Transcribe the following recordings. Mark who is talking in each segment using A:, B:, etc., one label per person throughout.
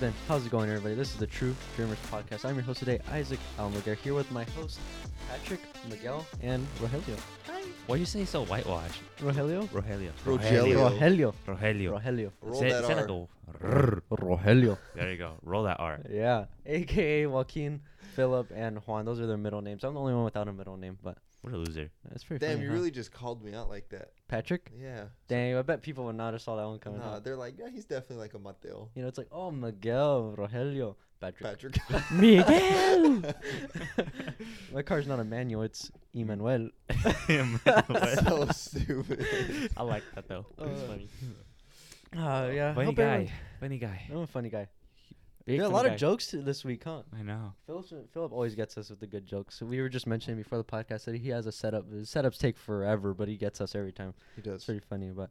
A: been? How's it going, everybody? This is the True Dreamers Podcast. I'm your host today, Isaac Almaguer, here with my host, Patrick, Miguel, and Rogelio. Hi.
B: Why do you say so whitewashed?
A: Rogelio?
B: Rogelio.
C: Rogelio.
A: Rogelio.
B: Rogelio.
A: Rogelio.
C: Roll
B: Say,
C: that
B: say
C: R.
B: like a rrr.
A: Rogelio.
B: There you go. Roll that R.
A: Yeah. AKA Joaquin, Philip, and Juan. Those are their middle names. I'm the only one without a middle name, but
B: What a loser.
A: that's pretty
C: Damn,
A: funny,
C: you
A: huh?
C: really just called me out like that.
A: Patrick?
C: Yeah.
A: Damn, I bet people would not have saw that one coming
C: Nah,
A: out.
C: they're like, yeah, he's definitely like a Mateo.
A: You know, it's like, oh, Miguel, Rogelio, Patrick.
C: Patrick.
A: Miguel! my car's not a manual, it's Emmanuel.
C: so stupid.
B: I like that though. It's
A: Uh,
B: funny.
A: Oh, yeah.
B: Funny
A: Hope
B: guy.
A: everyone-
B: Funny guy.
A: I'm a funny guy.
B: Big
A: yeah, a
B: funny
A: lot
B: guy.
A: of jokes t- this week, huh?
B: I know.
A: Philip Philip always gets us with the good jokes. So we were just mentioning before the podcast that he has a setup. His setups take forever, but he gets us every time.
C: He
A: It's
C: does.
A: pretty funny, but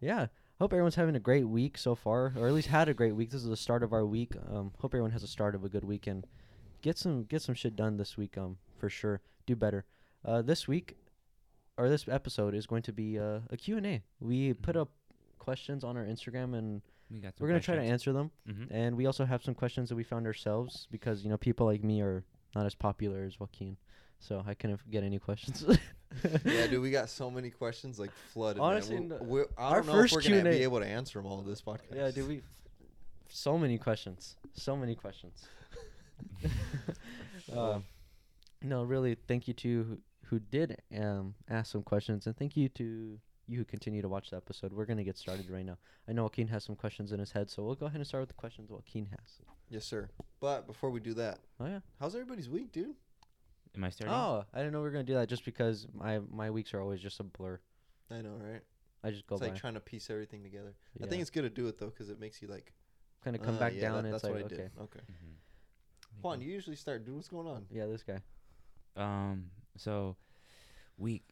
A: yeah. Hope everyone's having a great week so far, or at least had a great week. This is the start of our week. Um, hope everyone has a start of a good week and get some get some shit done this week. Um, for sure, do better. Uh, this week or this episode is going to be uh, a Q and A. We put
B: Mhm.
A: up questions on our Instagram, and
B: We got
A: we're gonna try to answer them.
B: hmm
A: And we also have some questions that we found ourselves because you know people like me are not as popular as Joaquin, so I couldn't f- get any questions.
C: yeah, dude, we got so many questions like flooded.
A: Honestly,
C: man.
A: no-
C: We're, we're, I
A: our
C: don't know if
A: first
C: we're gonna
A: Q&A
C: be able to answer them all in this podcast.
A: yeah, dude, we so many questions, so many questions. uh, no, really, thank you to who- who did um ask some questions, and thank you to you who continue to watch the episode. We're gonna get started right now. I know Joaquin has some questions in his head, so we'll go ahead and start with the questions Joaquin has.
C: Yes, sir. But before we do that,
A: Oh yeah.
C: how's everybody's week, dude?
B: Am I starting?
A: Oh, I didn't know we were gonna do that just because my my weeks are always just a blur.
C: I know, right?
A: I just go
C: it's
A: by.
C: like trying to piece everything together. I
A: Yeah.
C: think it's good to do it though, because it makes you like
A: kind of come
C: uh,
A: back
C: yeah,
A: down.
C: that-
A: and it's
C: that's
A: like,
C: what I
A: okay,
C: did. Okay.
B: Mhm.
C: Juan, you usually start, dude. What's going on?
A: yeah, this guy.
B: Um. So, week.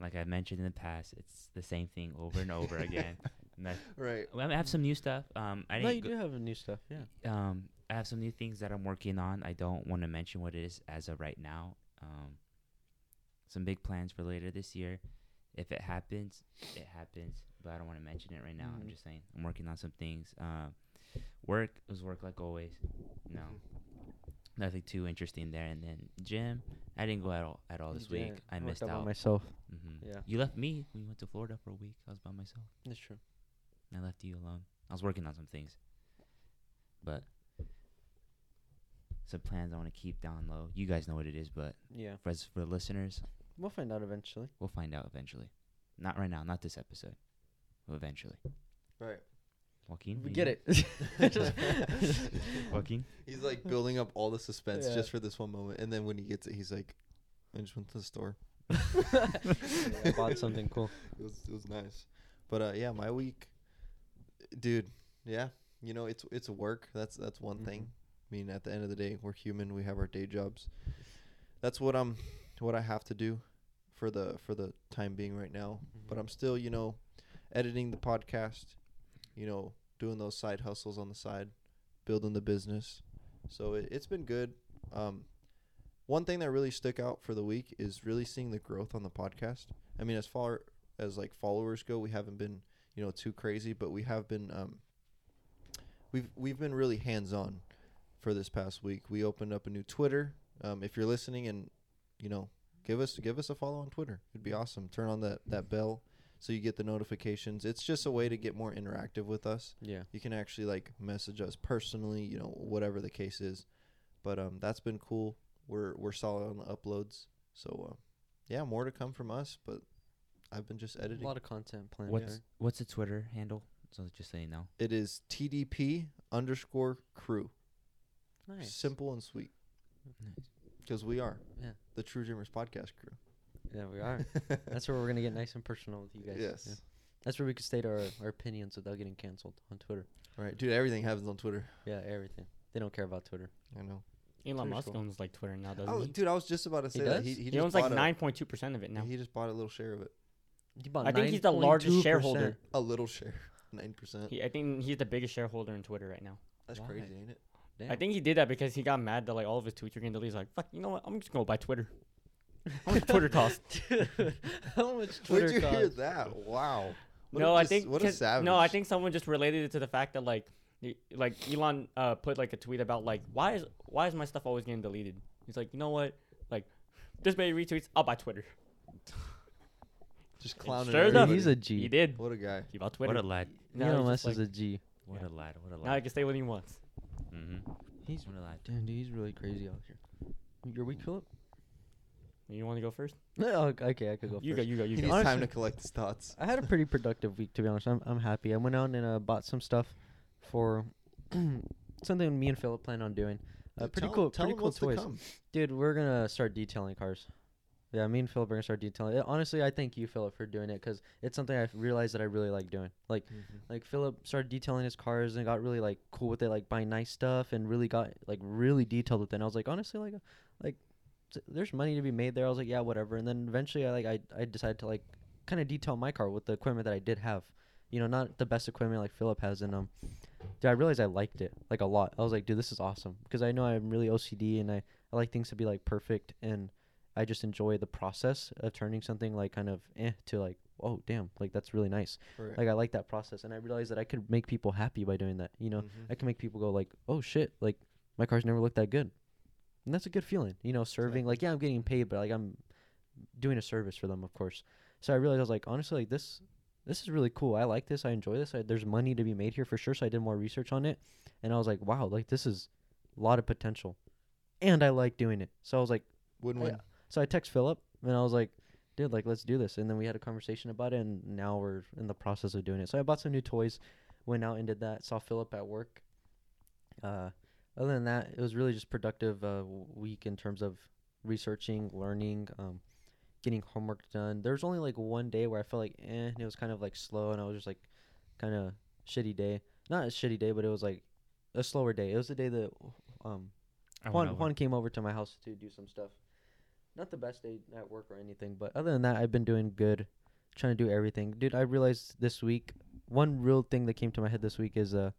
B: Like I mentioned in the past, it's the same thing over and over again. And I,
C: Right.
B: well, I have some new stuff. Um, I
A: no,
B: didn't
A: you
B: go-
A: do have new stuff. Yeah.
B: um, I have some new things that I'm working on. I don't want to mention what it is as of right now. Um, some big plans for later this year. If it happens, it happens. But I don't want to mention it right now.
A: Mhm.
B: I'm just saying I'm working on some things. Um, work it was work like always. No,
C: Mhm.
A: Mm-hmm.
B: nothing too interesting there. And then gym, I didn't go at all at all
A: You
B: Oh, this week.
A: didn't.
B: I
A: worked
B: missed
A: out by
B: out.
A: myself.
B: hmm
A: Yeah.
B: You left me when you went to Florida for a week. I was by myself.
A: That's true.
B: I left you alone. I was working on some things, but some plans I want to keep down low. You guys know what it is, but
A: Yeah.
B: for us, for the listeners,
A: We'll find out eventually.
B: we'll find out eventually. Not right now, not this episode. But eventually,
C: Right.
B: Joaquin.
A: We
B: you-
A: get it.
B: Joaquin.
C: He's like building up all the suspense
A: Yeah.
C: just for this one moment, and then when he gets it, he's like, "I just went to the store.
A: I bought something cool.
C: It was it was nice." But uh, yeah, my week, dude. Yeah, you know it's it's work. That's that's one thing. I mean, at the end of the day, we're human. We have our day jobs. That's what I'm, what I have to do, for the for the time being right now.
A: Mm-hmm.
C: But
A: um,
C: I'm still, you know, editing the podcast. You know, doing those side hustles on the side, building the business. So it, it's been good. Um, one thing that really stuck out for the week is really seeing the growth on the podcast. I mean, as far as like followers go, we haven't been you know too crazy, but we have been um, we've we've been really hands on for this past week. We opened up a new Twitter. Um, if you're listening and you know give us give us a follow on Twitter, it'd be awesome. Turn on that that bell so you get the notifications. It's just a way to get more interactive with us
A: Yeah.
C: you can actually like message us personally you know whatever the case is but um that's been cool we're we're solid on the uploads so uh, yeah more to come from us but i've been just
A: A
C: editing
A: lot of content planned.
B: What's
A: there.
B: what's the Twitter handle? So just so you know.
C: it is tdp underscore crew
A: Nice.
C: simple and sweet
B: Nice.
C: because we are
A: Yeah.
C: the true dreamers podcast crew
A: Yeah, we are. That's where we're gonna get nice and personal with you guys. Yeah.
C: yes
A: That's where we can state our, our opinions without getting canceled on Twitter.
C: All right dude everything happens on twitter
A: Yeah, everything. They don't care about Twitter.
C: i know
D: Elon
C: Twitter's
D: Musk
C: cool.
D: owns like Twitter now, doesn't
C: oh
D: he?
C: dude i was just about to say that
A: does?
C: he, he,
D: He,
C: just
D: owns like
C: bought a-
D: nine point two percent of it now.
C: he just bought a little share of it
A: You bought
D: I think he's the largest shareholder.
A: 9.2%.
C: a little share 9%
D: He, I think he's the biggest shareholder in Twitter right now.
C: that's
A: Why?
C: crazy ain't it
D: I
A: Damn.
D: think he did that because he got mad that like all of his tweets were getting deleted. He's like, fuck, you know what? I'm just gonna buy Twitter. How much Twitter cost?
A: Dude, how much Twitter
C: Where'd you
A: cost?
C: hear that? Wow. What a
D: no, I
C: dis-
D: think
C: what a
D: 'cause-
C: savage.
D: no, I think someone just related it to the fact that like Y- Like Elon uh, put like a tweet about like why is why is my stuff always getting deleted? He's like, you know what? Like this many retweets, I'll buy Twitter.
C: Just clowning.
D: sure enough,
C: everybody.
A: He's a
D: He
A: G.
D: did.
C: what a guy.
D: He bought Twitter.
B: What a lad.
D: Now
A: Elon
D: he's
A: Musk
D: just
A: is
D: like-
A: a G.
B: What
D: Yeah.
B: a lad. What a
D: now he
B: lad.
D: can say what he wants.
B: hmm
A: He's
B: What a lad.
A: damn, dude, he's really crazy out here. You're weak, Philip.
D: You want to go first?
A: No, Oh, okay, I could go
D: you
A: first.
D: go. You go.
C: He
D: You
C: needs
D: go.
C: time
A: Honestly-
C: to collect his thoughts.
A: I had a pretty productive week, to be honest. I'm, I'm happy. I went out and uh, bought some stuff for something me and Philip plan on doing. Uh, pretty
C: Dude, tell him-
A: cool,
C: tell
A: pretty
C: him
A: cool
C: what's to
A: toys,
C: come.
A: dude. We're gonna start detailing cars. Yeah, me and Philip are gonna start detailing. Uh, honestly, I thank you, Philip, for doing it because it's something I realized that I really like doing. Like, like Philip started detailing his cars and got really like cool with it, like buying nice stuff and really got like really detailed with it. And I was like, honestly, like, uh, like s- there's money to be made there. I was like, yeah, whatever. And then eventually, I like I I decided to like kind of detail my car with the equipment that I did have. You know, not the best equipment like Philip has in um. Dude, I realized I liked it like a lot. I was like, dude, this is awesome because I know I'm really OCD and I I like things to be like perfect and I just enjoy the process of turning something like kind of eh to like oh damn like that's really nice
C: Right.
A: like I like that process, and I realized that I could make people happy by doing that. You know,
C: Mhm.
A: I can make people go like, "Oh shit!" Like my car's never looked that good, and that's a good feeling. You know, serving like yeah, I'm getting paid, but like I'm doing a service for them, of course. So I realized I was like, honestly, like this, this is really cool. I like this. I enjoy this. I, there's money to be made here for sure. So I did more research on it, and I was like, wow, like this is a lot of potential, and I like doing it. So I was like.
C: Win-win.
A: Yeah. So I text Philip and I was like, dude, like let's do this. And then we had a conversation about it and now we're in the process of doing it. So I bought some new toys, went out and did that, saw Philip at work. Uh other than that, it was really just productive uh, w- week in terms of researching, learning, um, getting homework done. There was only like one day where I felt like eh, and it was kind of like slow and I was just like kind of shitty day. Not a shitty day, but it was like a slower day. It was the day that um
B: I went
A: Juan,
B: over.
A: Juan came over to my house to do some stuff. Not the best day at work or anything, but other than that, I've been doing good, trying to do everything. Dude, I realized this week one real thing that came to my head this week is uh,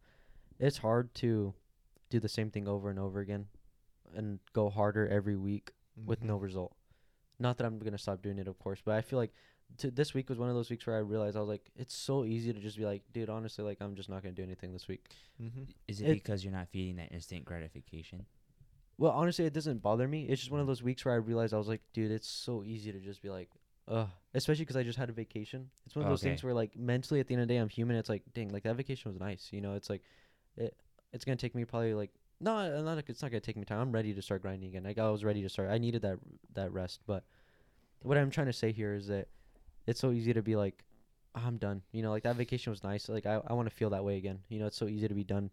A: it's hard to do the same thing over and over again, and go harder every week with no
B: Mm-hmm.
A: result. Not that I'm gonna stop doing it, of course, but I feel like to, this week was one of those weeks where I realized I was like, it's so easy to just be like, dude, honestly, like I'm just not gonna do anything this week.
C: Mm-hmm.
B: Is it,
A: it-
B: because you're not feeding that instant gratification?
A: Well, honestly, it doesn't bother me. It's just one of those weeks where I realized I was like, dude, it's so easy to just be like, ugh. Especially because I just had a vacation. It's one of those things
B: Okay.
A: where, like, mentally at the end of the day, I'm human. It's like, dang, like that vacation was nice. You know, it's like, it, it's gonna take me probably like, no, uh, not. It's not gonna take me time. I'm ready to start grinding again. Like I was ready to start. I needed that that rest. But what I'm trying to say here is that it's so easy to be like, I'm done. You know, like that vacation was nice. Like I, I want to feel that way again. You know, it's so easy to be done.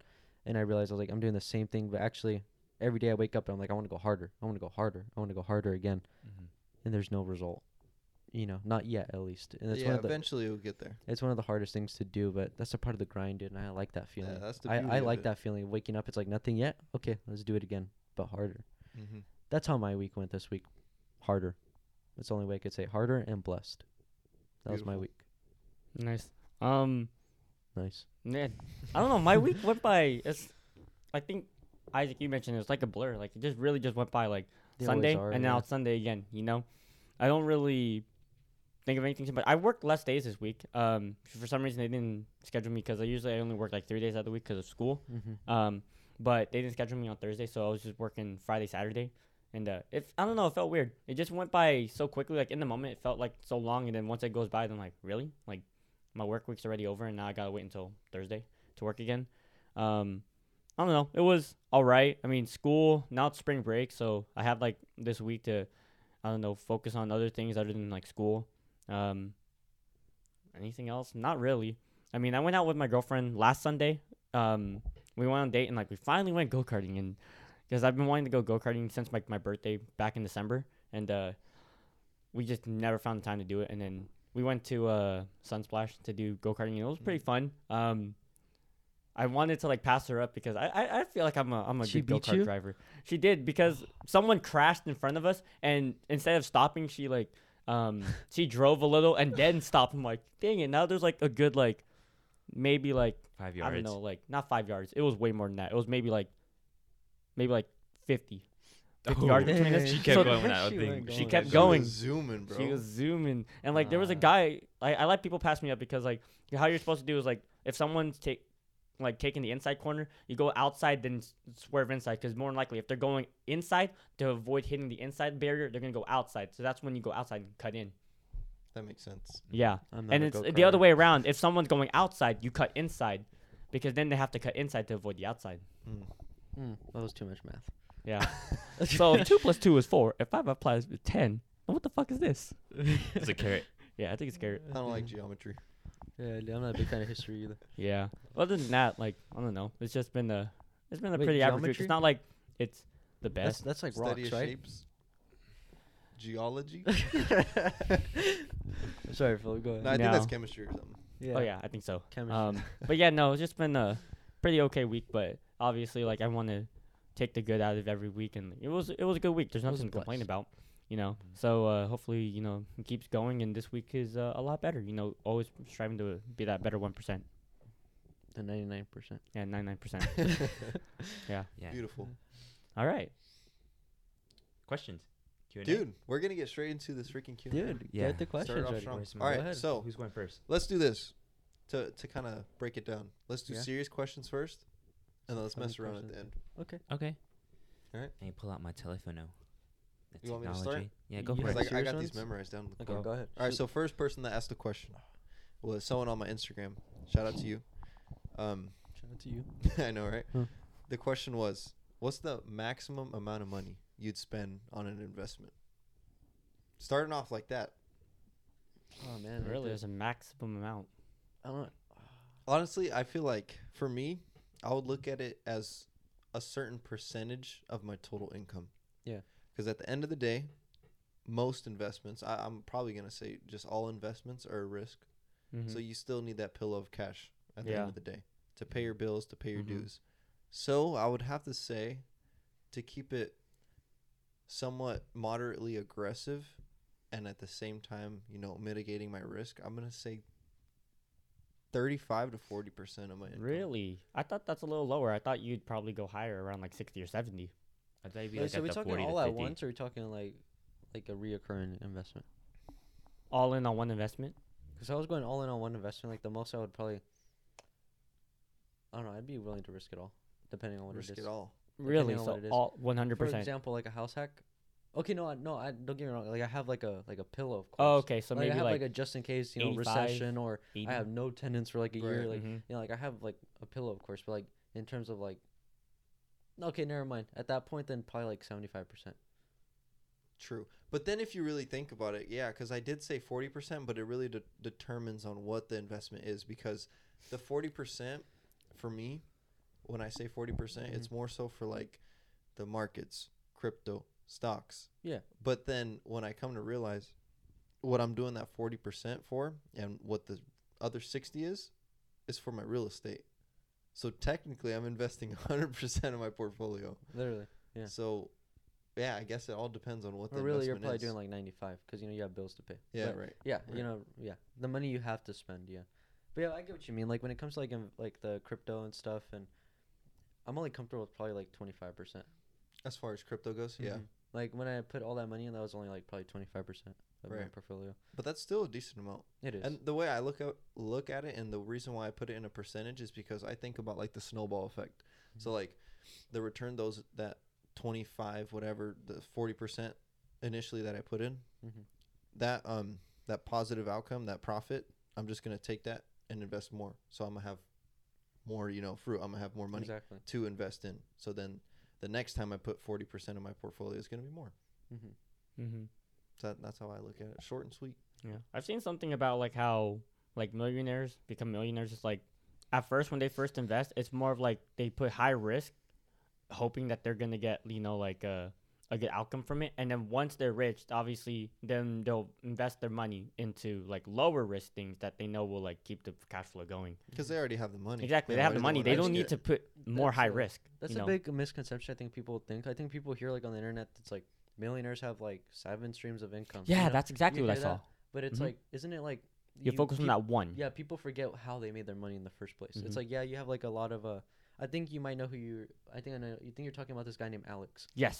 A: And I realized I was like, I'm doing the same thing, but actually, every day I wake up, I'm like, I want to go harder. I want to go harder. I want to go harder again.
D: Mm-hmm.
A: And there's no result. You know, not yet at least. And that's
C: Yeah,
A: one of the
C: eventually you'll get there.
A: it's one of the hardest things to do, but that's a part of the grind, dude, and I like that feeling.
C: that's the beauty
A: I, I
C: of
A: like
C: it.
A: that feeling. Waking up, it's like nothing yet. Okay, let's do it again, but harder.
C: Mm-hmm.
A: That's how my week went this week. Harder. That's the only way I could say it. harder and blessed. That was my
C: Beautiful.
A: week.
D: Nice. Um.
A: Nice.
D: Yeah, I don't know. My week went by. It's, I think Isaac, you mentioned it's like a blur. Like it just really just went by. Like
A: They always
D: Sunday
A: are,
D: and
A: yeah.
D: now it's Sunday again. You know, I don't really think of anything. But I worked less days this week. Um, for some reason they didn't schedule me because I usually I only work like three days out of the week because of school.
A: Mhm.
D: Um, but they didn't schedule me on Thursday, so I was just working Friday, Saturday, and uh, if I don't know, it felt weird. It just went by so quickly. Like in the moment, it felt like so long, and then once it goes by, then I'm like, really? Like my work week's already over, and now I gotta wait until Thursday to work again. Um, I don't know. It was all right. I mean, school now it's spring break, so I have like this week to, I don't know, focus on other things other than like school. Um, anything else? Not really. I mean, I went out with my girlfriend last Sunday. Um, we went on a date and like we finally went go karting and because I've been wanting to go go karting since like my birthday back in December and uh, we just never found the time to do it and then we went to uh, Sunsplash to do go karting and it was pretty
A: Mm.
D: fun. Um, I wanted to like pass her up because I I, I feel like I'm a I'm a
A: She
D: good go
A: beat you?
D: kart driver. She did because someone crashed in front of us and instead of stopping she like um she drove a little and then stopped. I'm like dang it now there's like a good like maybe like
B: Five
D: I don't
B: yards.
D: know, like not five yards. It was way more than that. It was maybe like, maybe like fifty.
B: Oh,
D: 50 yards between us.
A: She
D: kept So-
A: going that thing.
D: She kept going.
C: Zooming, bro.
D: She was zooming, and like there was a
B: Ah.
D: guy. I, I let people pass me up because like how you're supposed to do is like if someone's take like taking the inside corner, you go outside, then s- swerve inside. Because more than likely, if they're going inside to avoid hitting the inside barrier, they're gonna go outside. So that's when you go outside and cut in.
C: That makes sense.
D: Yeah,
A: I'm not
D: and
A: a
D: it's
A: go-karter.
D: the other way around. If someone's going outside, you cut inside, because then they have to cut inside to avoid the outside.
C: Mm.
A: Mm, that was too much math.
D: Yeah. so if two plus two is four. If five applies with ten, then what the fuck is this?
B: It's a carrot.
D: Yeah, I think it's carrot.
C: I don't like geometry.
A: Yeah, dude, I'm not a big fan of history either.
D: Yeah. Other than that, like I don't know. It's just been a it's been a
A: Wait,
D: pretty average week.
A: geometry?
D: It's not like it's the
A: That's
D: best.
A: that's like
C: Study
A: rocks,
C: of
A: right?
C: shapes. Geology.
A: Sorry, Phil. Go ahead.
C: No, I think that's
D: No.
C: chemistry or something.
A: Yeah.
D: Oh yeah, I think so.
A: Chemistry.
D: Um, but yeah, no, it's just been a pretty okay week. But obviously, like I want to take the good out of every week, and it was it was a good week. There's
A: It was
D: nothing
A: a Mm-hmm.
D: to complain
A: blast.
D: about, you know. So uh, hopefully, you know, it keeps going, and this week is uh, a lot better. You know, always striving to be that better one percent
A: The 99 percent.
D: and ninety nine percent.
B: Yeah.
C: Beautiful.
D: All right.
B: Questions. Q&A?
C: Dude, we're gonna get straight into this freaking Q.
A: Dude,
B: Yeah.
A: get the questions
C: off
A: ready.
C: strong.
B: Where's my-
C: All
A: Go
C: right,
A: ahead.
C: so
B: Who's going first?
C: let's do this to to kind of break it down. Let's do
A: Yeah.
C: serious questions first, and then let's
A: Funny
C: mess around at the end.
A: questions. Okay.
B: Okay.
C: All right.
B: Let me pull out my telephone now. The
C: You want me to start?
B: Yeah, go
A: You
B: for
A: have Alright.
B: it.
C: Like, I
A: Serious
C: got these
A: ones?
C: memorized down.
A: Okay,
B: Go.
A: go ahead.
C: All right, so first person that asked the question was someone on my Instagram. Shout out to you. Um,
A: shout out to you.
C: I know, right?
A: Huh.
C: The question was, what's the maximum amount of money you'd spend on an investment? Starting off like that,
A: Oh man,
D: Really, there's a maximum amount.
A: I don't.
C: honestly, I feel like for me, I would look at it as a certain percentage of my total income.
A: Yeah.
C: Because at the end of the day, most investments, I, I'm probably gonna say just all investments are a risk.
A: Mm-hmm.
C: So you still need that pillow of cash at the
D: Yeah.
C: end of the day to pay your bills, to pay your
D: Mhm.
A: Mm-hmm.
C: dues. So I would have to say, to keep it somewhat moderately aggressive, and at the same time, you know, mitigating my risk, I'm gonna say thirty-five to forty percent of my income.
D: Really? I thought that's a little lower. I thought you'd probably go higher around like 60 or 70.
B: I thought you'd be
A: Wait,
B: like
A: so
B: at
A: we
B: the
A: talking
B: 40 to
A: all at
B: 50.
A: once, or are we talking like, like a reoccurring investment?
D: All in on one investment?
A: Because I was going all in on one investment. Like the most I would probably. I don't know. I'd be willing to risk it all, depending on what
C: risk
A: it
C: it,
A: is.
C: all.
D: Really?
A: on
D: So
A: what it is.
D: all 100%.
A: For example, like a house hack. Okay, no, I, no, I don't get me wrong. Like I have like a like a pillow, of course.
D: oh, okay. So
A: like,
D: maybe
A: I have
D: like,
A: like, a just in case you know
D: 85,
A: recession or
D: 80?
A: I have no tenants for like a year.
C: Right.
A: Like
D: Mhm.
A: you know, like I have like a pillow, of course, but like in terms of like, okay, never mind. At that point, then probably like seventy five percent.
C: True. But then if you really think about it, yeah, because I did say 40%, but it really de- determines on what the investment is because the 40% for me, when I say 40%, percent it's more so for like the markets, crypto, stocks.
A: Yeah.
C: But then when I come to realize what I'm doing that 40% for and what the other 60 is, is for my real estate. So technically, I'm investing 100% of my portfolio.
A: Literally, Yeah.
C: So, yeah, I guess it all depends on what the
A: or really, you're
C: investment
A: probably
C: is.
A: doing like ninety five because you know you have bills to pay.
C: Yeah,
A: But-
C: right.
A: Yeah,
C: Right.
A: you know, yeah, the money you have to spend, yeah. But yeah, I get what you mean. Like when it comes to like in, like the crypto and stuff, and I'm only comfortable with probably like twenty five percent.
C: As far as crypto goes, yeah.
A: Mhm. Like when I put all that money in, that was only like probably twenty five percent of my
C: Right.
A: portfolio.
C: But that's still a decent amount.
A: It is.
C: And the way I look at look at it and the reason why I put it in a percentage is because I think about like the snowball effect.
A: Mm-hmm.
C: So like the return those that 25 whatever the 40% initially that I put in,
A: Mhm.
C: that um that positive outcome, that profit, I'm just going to take that and invest more. So I'm going to have more, you know, fruit. I'm going to have more money
A: Exactly.
C: to invest in. So then the next time I put 40% of my portfolio is going to be more.
A: Mm-hmm.
D: Mm-hmm.
C: So that, that's how I look at it. Short and sweet.
D: Yeah. I've seen something about like how like millionaires become millionaires. It's like at first when they first invest, it's more of like they put high risk, hoping that they're gonna get you know like a a good outcome from it. And then once they're rich, obviously then they'll invest their money into like lower risk things that they know will like keep the cash flow going.
A: Mm-hmm.
C: Because they already have the money.
D: Exactly.
C: Yeah,
D: they
C: why
D: have
C: do
D: the money.
C: wanna
D: They don't
C: risk
D: need
C: it?
D: to put more
A: That's
D: high
A: a-
D: risk.
A: That's
D: you
A: a
D: know?
A: big misconception I think people think. I think people hear like on the internet that's like millionaires have like seven streams of income. you
D: Yeah,
A: know?
D: that's exactly
A: you
D: what I
A: hear
D: saw.
A: that, But it's
D: Mhm.
A: like, isn't it like
D: You, focus on
A: peop-
D: that one.
A: Yeah, people forget how they made their money in the first place.
D: Mhm.
A: It's like, yeah, you have like a lot of uh. I think you might know who you. I think I know. You think you're talking about this guy named Alex.
D: Yes.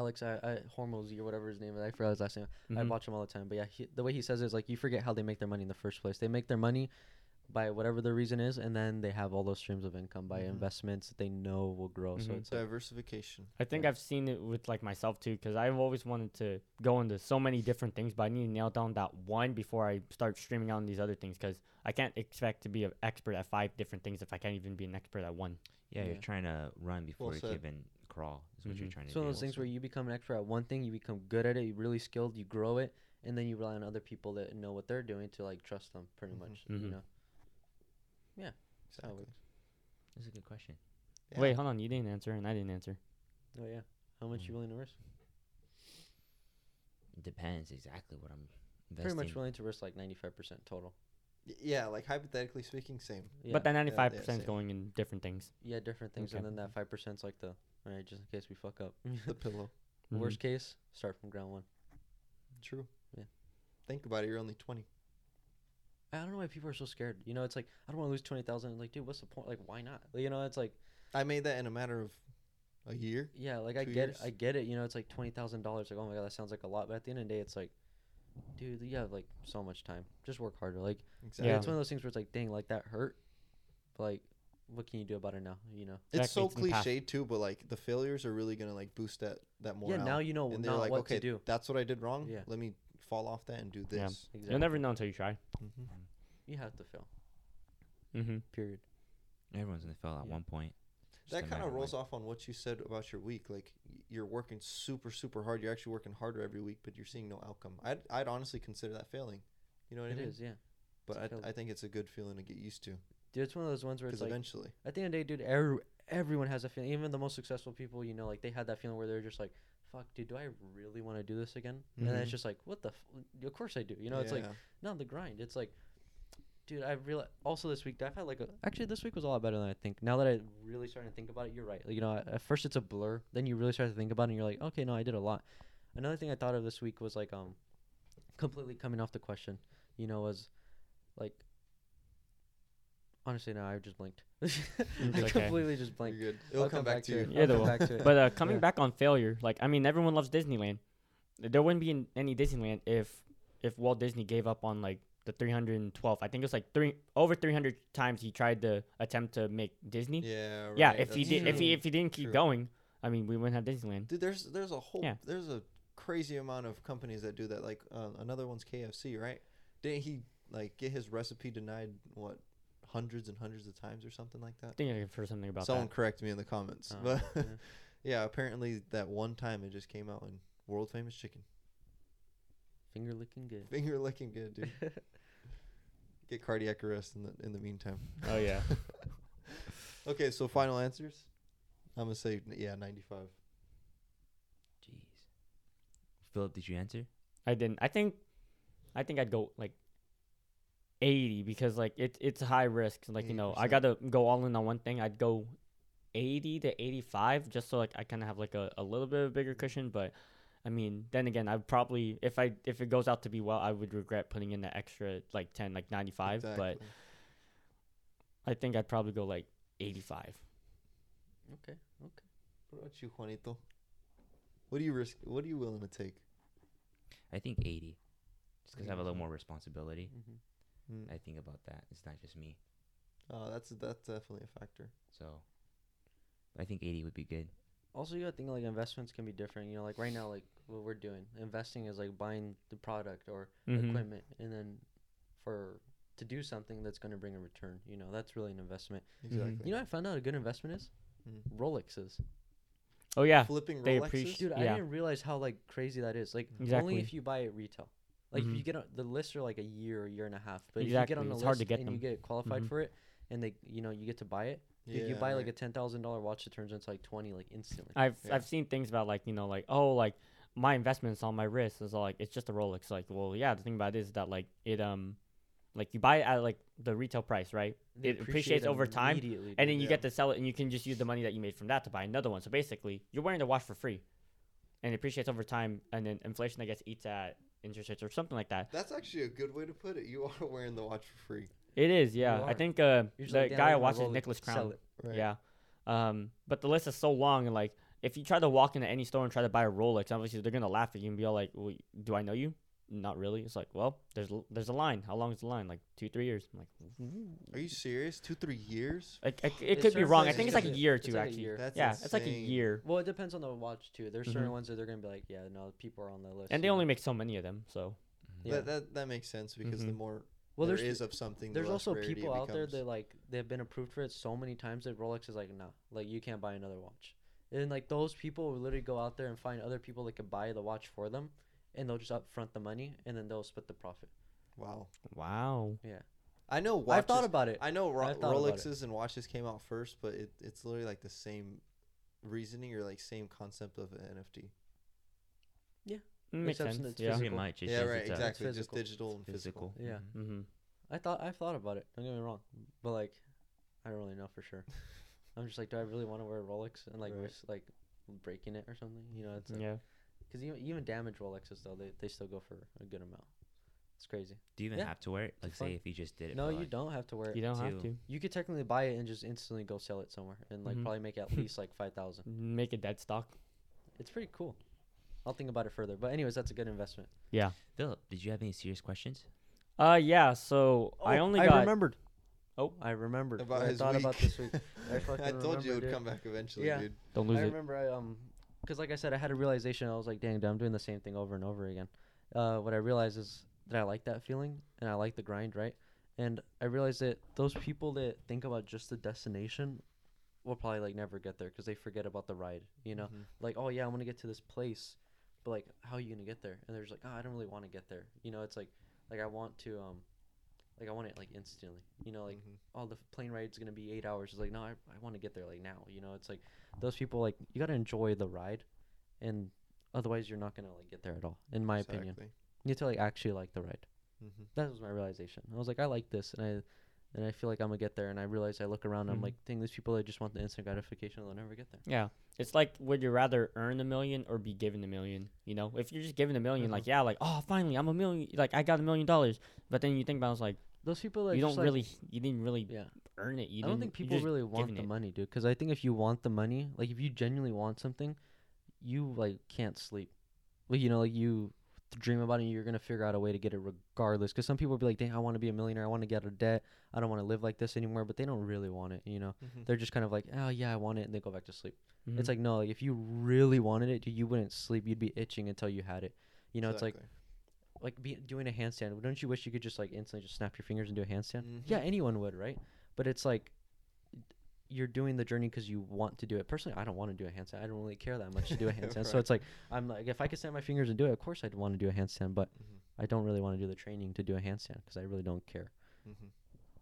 A: Alex uh, uh, Hormozy or whatever his name is. I forgot his last name. I
D: Mhm.
A: watch him all the time. But yeah, he, the way he says it is like you forget how they make their money in the first place. They make their money by whatever the reason is, and then they have all those streams of income by
C: Mhm.
D: Mm-hmm.
A: investments that they know will grow. So
D: Mhm.
A: it's like,
C: Diversification.
D: I think
A: Yeah.
D: I've seen it with like myself too, because I've always wanted to go into so many different things, but I need to nail down that one before I start streaming on these other things, because I can't expect to be an expert at five different things if I can't even be an expert at one.
B: Yeah,
C: Yeah.
B: you're trying to run before you
C: said.
B: can even crawl. Is what you're
D: Mhm.
B: trying to
A: it's one
B: do.
A: of Mm-hmm. those things where you become an expert at one thing, you become good at it, you're really skilled, you grow it, and then you rely on other people that know what they're doing to like trust them pretty
C: Mhm.
A: much.
D: Mhm.
A: You know,
C: Exactly.
B: That's a good question.
C: Yeah.
D: Wait, hold on, you didn't answer and I didn't answer.
A: oh yeah, how much you willing to risk?
B: It depends exactly what I'm investing.
A: Pretty much willing to risk like ninety five percent total.
C: Y- Yeah, like hypothetically speaking, same.
A: Yeah.
D: But that ninety five percent
C: same.
D: is going in different things.
A: yeah, different things,
D: Okay.
A: and then that five percent's like the all right, just in case we fuck up.
C: the pillow.
D: Mhm.
A: Worst case, start from ground one.
C: True.
A: Yeah.
C: Think about it. You're only 20.
A: I don't know why people are so scared. You know, it's like I don't want to lose twenty thousand. Like, dude, what's the point? Like, why not? You know, it's like.
C: I made that in a matter of a year.
A: Yeah, like I
C: two
A: get,
C: years.
A: I get it. You know, it's like twenty thousand dollars. Like, oh my god, that sounds like a lot. But at the end of the day, it's like, dude, you have like so much time. Just work harder. Like,
C: Exactly.
A: yeah.
D: Yeah.
A: it's one of those things where it's like, dang, like that hurt. But, like, what can you do about it now? You know.
D: That
C: It's so
D: makes me pass.
C: cliche too, but like the failures are really gonna like boost that that morale.
A: Yeah, now you know
C: and they're
A: not
C: like,
A: what
C: okay,
A: to do.
C: that's what I did wrong.
A: Yeah.
C: Let me fall off that and do
D: Yeah.
C: this.
A: Exactly.
D: You'll never know until you try.
C: Mhm.
A: You have to fail.
D: Mm-hmm.
A: Period.
B: Everyone's gonna fail at
A: Yeah.
B: one point.
C: That kind of rolls off on what you said about your week. Like y- you're working super super hard. You're actually working harder every week, but you're seeing no outcome. I'd I'd honestly consider that failing. You know what
A: It
C: I mean?
A: is, yeah.
C: But
A: it's a failure.
C: I, I think it's a good feeling to get used to
A: Dude, it's one of those ones where
C: because
A: it's like,
C: eventually,
A: at the end of the day, dude, every, everyone has a feeling. Even the most successful people, you know, like they had that feeling where they're just like, "Fuck, dude, do I really want to do this again?" And then
C: Mhm.
A: it's just like, "What the? F- of course I do." You know, it's like.
C: Yeah.
A: not the grind. It's like, dude, I really also this week I've had like a actually this week was a lot better than I think. Now that I really starting to think about it, you're right. You know, at first it's a blur, then you really start to think about it, and you're like, okay, no, I did a lot. Another thing I thought of this week was like um, completely coming off the question. You know, was like. Honestly, no, I just blinked. I
D: okay.
A: completely just blinked.
C: You're good. It'll come, back, to you.
A: it.
D: Yeah,
A: I'll
D: Either
A: come
D: way.
A: back to it.
D: But uh, coming
A: Yeah.
D: back on failure, like I mean, everyone loves Disneyland. There wouldn't be an- any Disneyland if if Walt Disney gave up on like the 312. I think it was like three over 300 times he tried to attempt to make Disney. Yeah,
C: Yeah. Right.
D: if he
C: that's
D: did, if he
C: true.
D: if he didn't keep
C: True.
D: going, I mean, we wouldn't have Disneyland.
C: Dude, there's there's a whole
D: Yeah.
C: there's a crazy amount of companies that do that. Like uh, another one's KFC, right? Didn't he like get his recipe denied what hundreds and hundreds of times or something like
D: I
C: that?
D: think I have heard something about
C: Someone
D: that.
C: correct me in the comments.
A: Oh,
C: but yeah.
A: yeah.
C: apparently that one time it just came out in world famous chicken.
A: Finger looking good.
C: Finger looking good, dude. get cardiac arrest in the in the meantime.
D: Oh yeah,
C: Okay, so final answers. I'm gonna say yeah, 95.
B: Jeez. Philip, did you answer?
D: I didn't. I think I think I'd go like 80 because like it's it's high risk. Like you know, I
C: 80%.
D: gotta go all in on one thing. I'd go 80 to 85 just so like I kind of have like a, a little bit of a bigger cushion. But I mean, then again, I probably if I if it goes out to be well, I would regret putting in the extra like 10 like 95. But
C: Exactly.
D: I think I'd probably go like 85.
A: Okay, okay.
C: What about you, Juanito? What do you risk? What are you willing to take?
B: I think 80. Just because I have a little
C: 80%.
B: more responsibility.
A: hmm
B: I think about that. It's not just me.
C: Oh, that's that's definitely a factor.
B: So I think 80 would be good.
A: Also, you gotta think like investments can be different. You know, like right now, like what we're doing, investing is like buying the product or
D: Mhm.
A: equipment, and then for to do something that's gonna bring a return. You know, that's really an investment.
C: Exactly.
A: You know, what I found out a good investment is
C: Mm.
A: Rolexes.
D: Oh yeah,
C: flipping
D: they
C: Rolexes.
D: appreciate-
A: Dude, I
D: Yeah.
A: didn't realize how like crazy that is. Like
D: Exactly.
A: only if you buy it retail. Like
D: Mhm.
A: if you get on the lists are like a year, or year and a half. But if
D: Exactly,
A: you get on the
D: it's
A: list
D: hard to get
A: and you
D: them.
A: get qualified
D: Mhm.
A: for it, and they, you know, you get to buy it. Dude, you
C: Yeah,
A: buy like
C: right.
A: a ten thousand dollar watch that turns into like twenty like instantly.
D: I've
C: Yeah.
D: I've seen things about like you know like oh like my investments on my wrist is like it's just a Rolex like well yeah the thing about it is that like it um like you buy it at like the retail price right
A: They
D: it
A: appreciate
D: appreciates over time,
A: immediately,
D: and
A: dude.
D: then you
C: Yeah.
D: get to sell it and you can just use the money that you made from that to buy another one so basically you're wearing the watch for free and it appreciates over time and then inflation I guess eats at interest rates or something like that
C: That's actually a good way to put it. You are wearing the watch for free.
D: it is yeah I
A: are.
D: think uh
A: You're just
D: the
A: like, "Damn,
D: guy
A: look
D: I
A: at my
D: watched is
A: Rolex,
D: Nicholas
A: sell
D: Crown
A: it."
C: Right.
D: Yeah. Um, but the list is so long, and like, if you try to walk into any store and try to buy a Rolex, obviously they're gonna laugh at you and be all like, well, "Do I know you?" not really. It's like, well, there's l- there's a line. How long is the line? Like two, three years. I'm like,
C: Are you serious? Two, three years?
D: like I, it could be wrong. I think it's like a
C: it's
D: year or two,
A: like a
D: actually.
A: year.
C: That's
D: yeah, it's like a
C: insane.
D: year,
A: Well, it depends on the watch too. There's certain
D: Mhm.
A: ones that they're gonna be like, yeah, no, people are on the list.
D: and they only make so many of them. So
A: Yeah.
C: That, that that makes sense because the
D: Mhm.
C: more
A: well,
C: there
A: there's
C: is of something, the
A: there's
C: less
A: also
C: rarity it
A: people out there
C: becomes.
A: that like they've been approved for it so many times that Rolex is like, nah, like you can't buy another watch. And like those people will literally go out there and find other people that could buy the watch for them, and they'll just upfront the money and then they'll split the profit.
C: wow.
D: wow,
C: I know. Watches,
A: I've thought about it.
C: I know Ro-
A: I've thought about it.
C: Rolexes and watches came out first, but it, it's literally like the same reasoning or like same concept of an NFT.
D: Mm, makes
A: Except
D: sense.
A: it's
D: Yeah.
B: Pretty
A: physical.
B: much. It's
C: yeah,
B: just
C: right.
B: it's a-
C: Exactly. Just
A: physical.
C: digital and physical.
B: physical.
A: Yeah.
B: Mhm.
D: Mm-hmm.
A: I thought I've thought about it. Don't get me wrong, but like, I don't really know for sure. I'm just like, do I really want to wear a Rolex and like
C: Right.
A: risk like breaking it or something? You know, it's like,
D: Yeah.
A: Because even, even damaged Rolexes, though, they, they still go for a good amount. It's crazy.
B: Do you even
A: Yeah.
B: have to wear it? Like,
A: fun.
B: say if you just did it.
A: No,
B: for,
A: you
B: like-
A: don't have to wear it.
D: You don't have
B: Two.
D: to
A: You could technically buy it and just instantly go sell it somewhere and like
D: Mhm.
A: probably make at least like 5000
D: make a dead stock.
A: It's pretty cool. I'll think about it further. But, anyways, that's a good investment.
B: Philip, did you have any serious questions?
D: Uh, yeah. So I only
A: I
D: got.
A: remembered.
D: Oh.
A: I remembered.
C: Oh, About
A: what I
C: his
A: thought about
C: week.
A: this week. I fucking
C: I told
A: remember,
C: you it would
A: dude.
C: come back eventually,
A: Yeah.
C: dude.
D: Don't
A: I
D: lose it.
A: remember I um because like I said I had a realization I was like dang dude, I'm doing the same thing over and over again. Uh, what I realized is that I like that feeling and I like the grind right and I realized that those people that think about just the destination will probably like never get there because they forget about the ride you know
C: Mhm.
D: Mm-hmm.
A: like oh yeah I want to get to this place but like how are you gonna get there and they're just like oh I don't really want to get there you know it's like like I want to um like I want it like instantly you know like
C: Mhm.
A: oh the plane ride's gonna be eight hours it's like no i, I want to get there like now you know it's like those people like you gotta enjoy the ride and otherwise you're not gonna like get there at all in my opinion
C: Exactly.
A: you have to like actually like the ride
C: Mhm.
A: that was my realization i was like i like this and i and i feel like i'm gonna get there and i realize i look around and i'm
D: Mhm.
A: like dang these people that just want the instant gratification they'll never get there
D: Yeah. It's like, would you rather earn a million or be given a million? You know, if you're just given a 1000000 like, yeah, like, oh, finally, I'm a million, like, I got a million dollars. But then you think about, it, it's like,
A: those people that
D: you
A: just,
D: don't
A: like-
D: really, you didn't really
A: yeah
D: earn it. You
A: I don't
D: didn't-
A: think
D: you
A: people
D: just
A: really want
D: given
A: the
D: it.
A: money, dude. Because I think if you want the money, like if you genuinely want something, you like can't sleep. Like you know, like you dream about it, and you're gonna figure out a way to get it regardless. Because some people be like, "Dang, I want to be a millionaire. I want to get out of debt. I don't want to live like this anymore." But they don't really want it. You know,
C: Mhm.
A: they're just kind of like, "Oh yeah, I want it," and they go back to sleep.
D: Mhm.
A: It's like no, like if you really wanted it, dude, you wouldn't sleep. You'd be itching until you had it. You know, it's like
C: Exactly.
A: like be doing a handstand. Don't you wish you could just like instantly just snap your fingers and do a handstand?
C: Mhm.
A: Yeah, anyone would, right? But it's like you're doing the journey because you want to do it. Personally, I don't want to do a handstand. I don't really care that much to do a handstand. So
C: Right.
A: it's like I'm like if I could snap my fingers and do it, of course I'd want to do a handstand. But
C: Mhm.
A: I don't really want to do the training to do a handstand because I really don't care.
C: Mhm.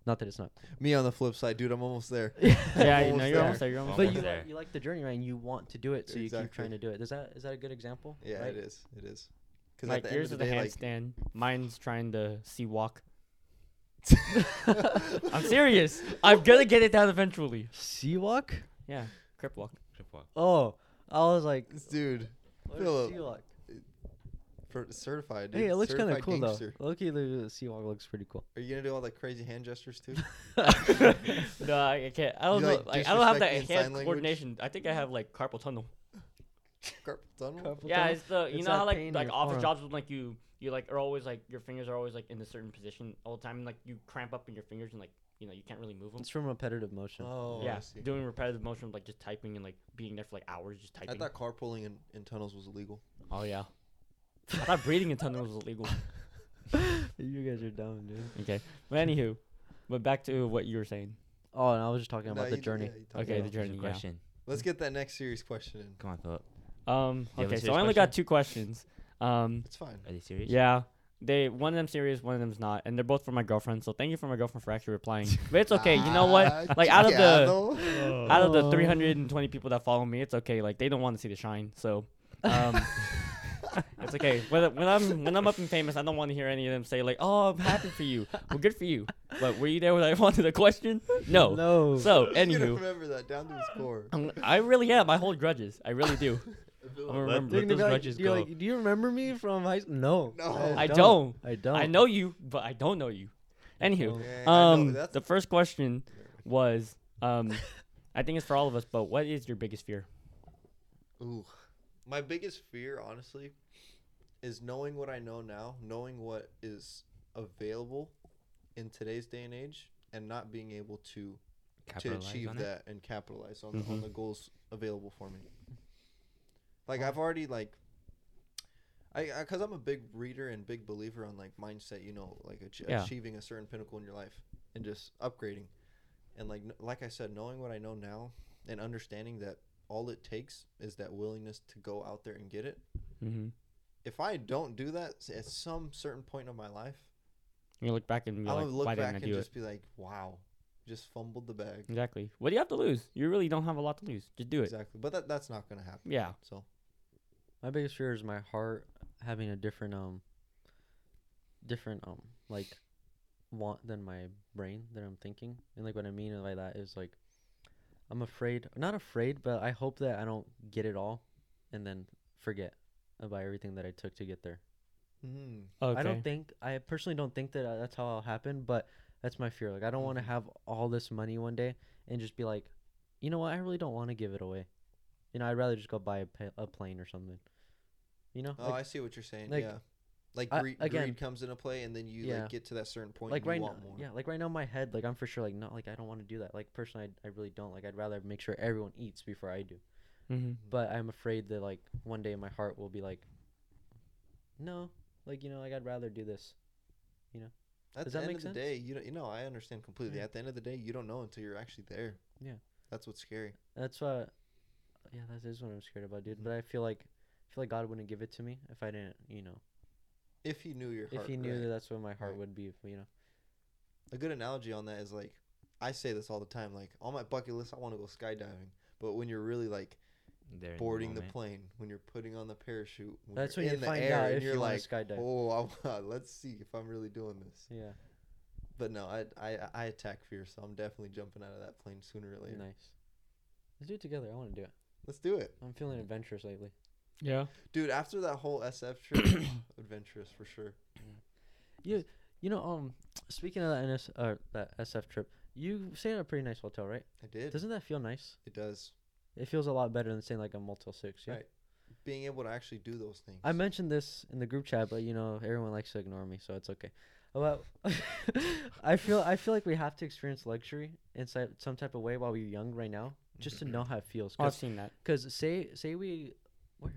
A: Not that it's not. cool.
C: Me on the flip side, dude. I'm almost there.
D: yeah, you
C: almost
D: know, you're
C: there.
D: almost there. You're almost
A: But
B: But
D: there.
A: you
B: there.
A: like, you like the journey, right? And you want to do it, so you keep
C: Exactly.
A: trying to do it. Is that is that a good example?
C: Yeah,
A: Right?
C: it is. It is. Because
D: Like, yours is the handstand. Mine's trying to see walk. I'm serious. I'm gonna get it down eventually.
A: Sea walk?
D: Yeah, crip walk.
B: Trip walk.
A: Oh, I was like,
C: dude,
A: what is
C: Philip,
A: sea walk?
C: for certified. Dude.
A: Hey, it looks kind of
C: Certified
A: cool
C: gangster.
A: though. Loki, the sea walk looks pretty cool.
C: Are you gonna do all the crazy hand gestures too?
D: No, I I can't. I don't
C: You,
D: know.
C: like,
D: Like, I don't
C: disrespect
D: have the
C: me in
D: hand
C: sign language?
D: coordination. I think I have like carpal tunnel.
C: Carpal tunnel.
D: Yeah, it's the you
A: It's
D: know
A: that
D: how
A: pain
D: like
A: in
D: like
A: your
D: office
A: forearm.
D: jobs when like you you like are always like your fingers are always like in a certain position all the time and like you cramp up in your fingers and like you know you can't really move them.
A: It's from repetitive motion.
D: Uh,
C: Oh,
D: yeah,
C: I see.
D: doing repetitive motion like just typing and like being there for like hours just
C: I
D: typing.
C: thought carpooling in, in tunnels was illegal.
D: oh yeah, I thought breathing in tunnels was illegal.
A: you guys are dumb, dude.
D: Okay, but anywho, but back to what you were saying.
A: Oh, and I was just talking
C: No,
A: about
C: you
A: the
C: did-
A: journey.
C: yeah, you talked
D: Okay,
C: about
D: the
C: it.
B: Here's
D: journey,
B: a
D: yeah.
B: question.
C: Let's get that next series question in.
B: Come on, Philip.
D: Um,
B: you have a
D: okay, so
B: serious
D: I only got
B: question?
D: two questions. Um,
C: It's fine.
B: Are they serious?
D: yeah. They one of them's serious, one of them's not, and they're both for my girlfriend. So thank you for my girlfriend for actually replying. But it's okay.
C: Ah,
D: You know what? Like out of the out of
A: Oh.
D: the 320 people that follow me, it's okay. Like they don't want to see the shine, so um, it's okay. When, when I'm when I'm up and famous, I don't want to hear any of them say like, "Oh, I'm happy for you." Well, good for you. But were you there when I answered the question? No.
A: No.
D: So
C: He's gonna
D: anywho,
C: remember that down to his core.
D: I'm, I really am. I hold grudges. I really do. I'm gonna remember
A: You're gonna
D: let those
A: be like,
D: grudges
A: you're
D: go.
A: like, do you remember me from high school? No.
C: No.
D: I don't.
A: I don't. Oh,
D: I know you, but I don't know you. Anywho,
C: Yeah, I know,
D: um,
C: that's-
D: the first question was, um, I think it's for all of us, but what is your biggest fear?
C: Ooh, my biggest fear, honestly, is knowing what I know now, knowing what is available in today's day and age, and not being able to to
B: Capitalize
C: achieve
B: on it.
C: that and capitalize on, the, on
D: Mhm.
C: the goals available for me. Like I've already like I I cuz I'm a big reader and big believer on like mindset, you know, like ach-
D: Yeah.
C: achieving a certain pinnacle in your life and just upgrading. And like kn- like I said, knowing what I know now and understanding that all it takes is that willingness to go out there and get it.
D: Mm-hmm.
C: If I don't do that s- at some certain point of my life,
D: You look back and be
C: I'm
D: like,
C: gonna look
D: why
C: back
D: didn't
C: and
D: I do
C: just
D: it? Mm-hmm.
C: be like, "Wow, just fumbled the bag."
D: Exactly. What do you have to lose? You really don't have a lot to lose. Just do it.
C: Exactly, but that that's not gonna happen.
D: Yeah.
C: So
A: My biggest fear is my heart having a different um different um like want than my brain that I'm thinking. And like what I mean by that is like I'm afraid not afraid, but I hope that I don't get it all and then forget about everything that I took to get there.
C: mm,
D: Okay.
A: I don't think I personally don't think that uh, that's how it'll happen, but that's my fear. Like I don't want to
C: Mhm.
A: have all this money one day and just be like, you know what, I really don't want to give it away. You know, I'd rather just go buy a, pa- a plane or something. You know,
C: Oh, I
A: like,
C: see what you're saying.
A: like,
C: yeah, like
A: I-
C: greed,
A: again-
C: greed comes into play, and then you
A: Yeah.
C: like get to that certain point.
A: like
C: and you
A: right now,
C: want more.
A: yeah, like right now, in my head, like I'm for sure, like not like I don't want to do that. Like personally, I, I really don't. Like I'd rather make sure everyone eats before I do.
D: Mm-hmm.
A: But I'm afraid that like one day my heart will be like, no, like you know, like I'd rather do this.
C: At
A: Does
C: the
A: that
C: end
A: make
C: of the
A: sense?
C: day, you don't, you know, I understand completely.
A: Yeah.
C: At the end of the day, you don't know until you're actually there.
A: Yeah.
C: that's what's scary.
A: That's what, yeah, that is what I'm scared about, dude.
C: Mm-hmm.
A: But I feel like, I feel like God wouldn't give it to me if I didn't, you know,
C: If you knew your heart,
A: if He knew
C: right?
A: that that's what my heart
C: Right.
A: would be, you know.
C: a good analogy on that is like, I say this all the time. Like on my bucket list, I want to go skydiving. But when you're really like
B: There in
C: boarding the
B: moment.
C: plane, when you're putting on the parachute, when
A: That's
C: you're
A: when you
C: in the
A: find
C: air,
A: out
C: and
A: if
C: you're
A: you wanna
C: like,
A: skydive.
C: oh, I'm, let's see if I'm really doing this.
A: Yeah,
C: But no, I I, I attack fear, so I'm definitely jumping out of that plane sooner or later.
A: nice. Let's do it together. I want to do it.
C: Let's do it.
A: I'm feeling adventurous lately.
D: Yeah.
C: Dude, after that whole SF trip, adventurous for sure.
A: You know, um, speaking of that NS, uh, that SF trip, you stayed at a pretty nice hotel, right?
C: I did.
A: Doesn't that feel nice?
C: it does.
A: It feels a lot better than staying like a Motel Six. Yeah.
C: Right. Being able to actually do those things.
A: I mentioned this in the group chat, but you know everyone likes to ignore me, so it's okay. Well, I feel I feel like we have to experience luxury in si- some type of way while we're young right now, just to know how it feels.
D: Oh, I've
A: Because
D: seen that.
A: say say we where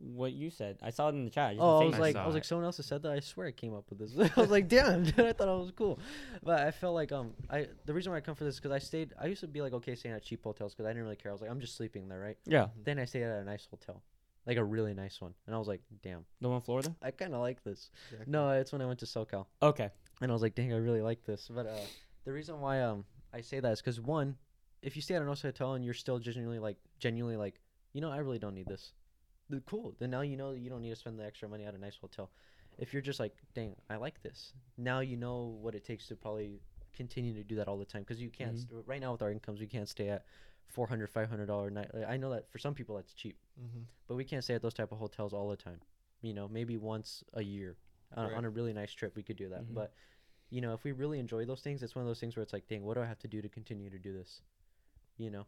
D: What you said. I saw it in the uh, chat.
A: oh I
B: same
A: was
B: thing.
A: like
B: I
A: I
B: saw
A: was
B: it.
A: like someone else has said that I swear I came up with this. I was like damn, dude, I thought I was cool, but I felt like um I the reason why I come for this because I stayed I used to be like okay staying at cheap hotels because I didn't really care. I was like I'm just sleeping there, right?
D: yeah.
A: Then I stayed at a nice hotel, like a really nice one, and I was like damn,
D: The one in Florida?
A: I kind of like this.
C: Exactly.
A: No, it's when I went to SoCal.
D: Okay.
A: and I was like, dang, I really like this. But uh, the reason why um I say that is because one, if you stay at an nice hotel and you're still genuinely like genuinely like, you know, I really don't need this. Th- Cool. Then now you know that you don't need to spend the extra money at a nice hotel. If you're just like, dang, I like this. Now you know what it takes to probably continue to do that all the time because you can't
D: Mhm.
A: st- right now with our incomes we can't stay at 400 500 dollar night Like, i know that for some people that's cheap
C: Mhm.
A: but we can't stay at those type of hotels all the time. You know, maybe once a year uh, on,
C: Right.
A: on a really nice trip, we could do that.
D: Mhm.
A: But you know, if we really enjoy those things, it's one of those things where it's like, dang, what do I have to do to continue to do this? You know,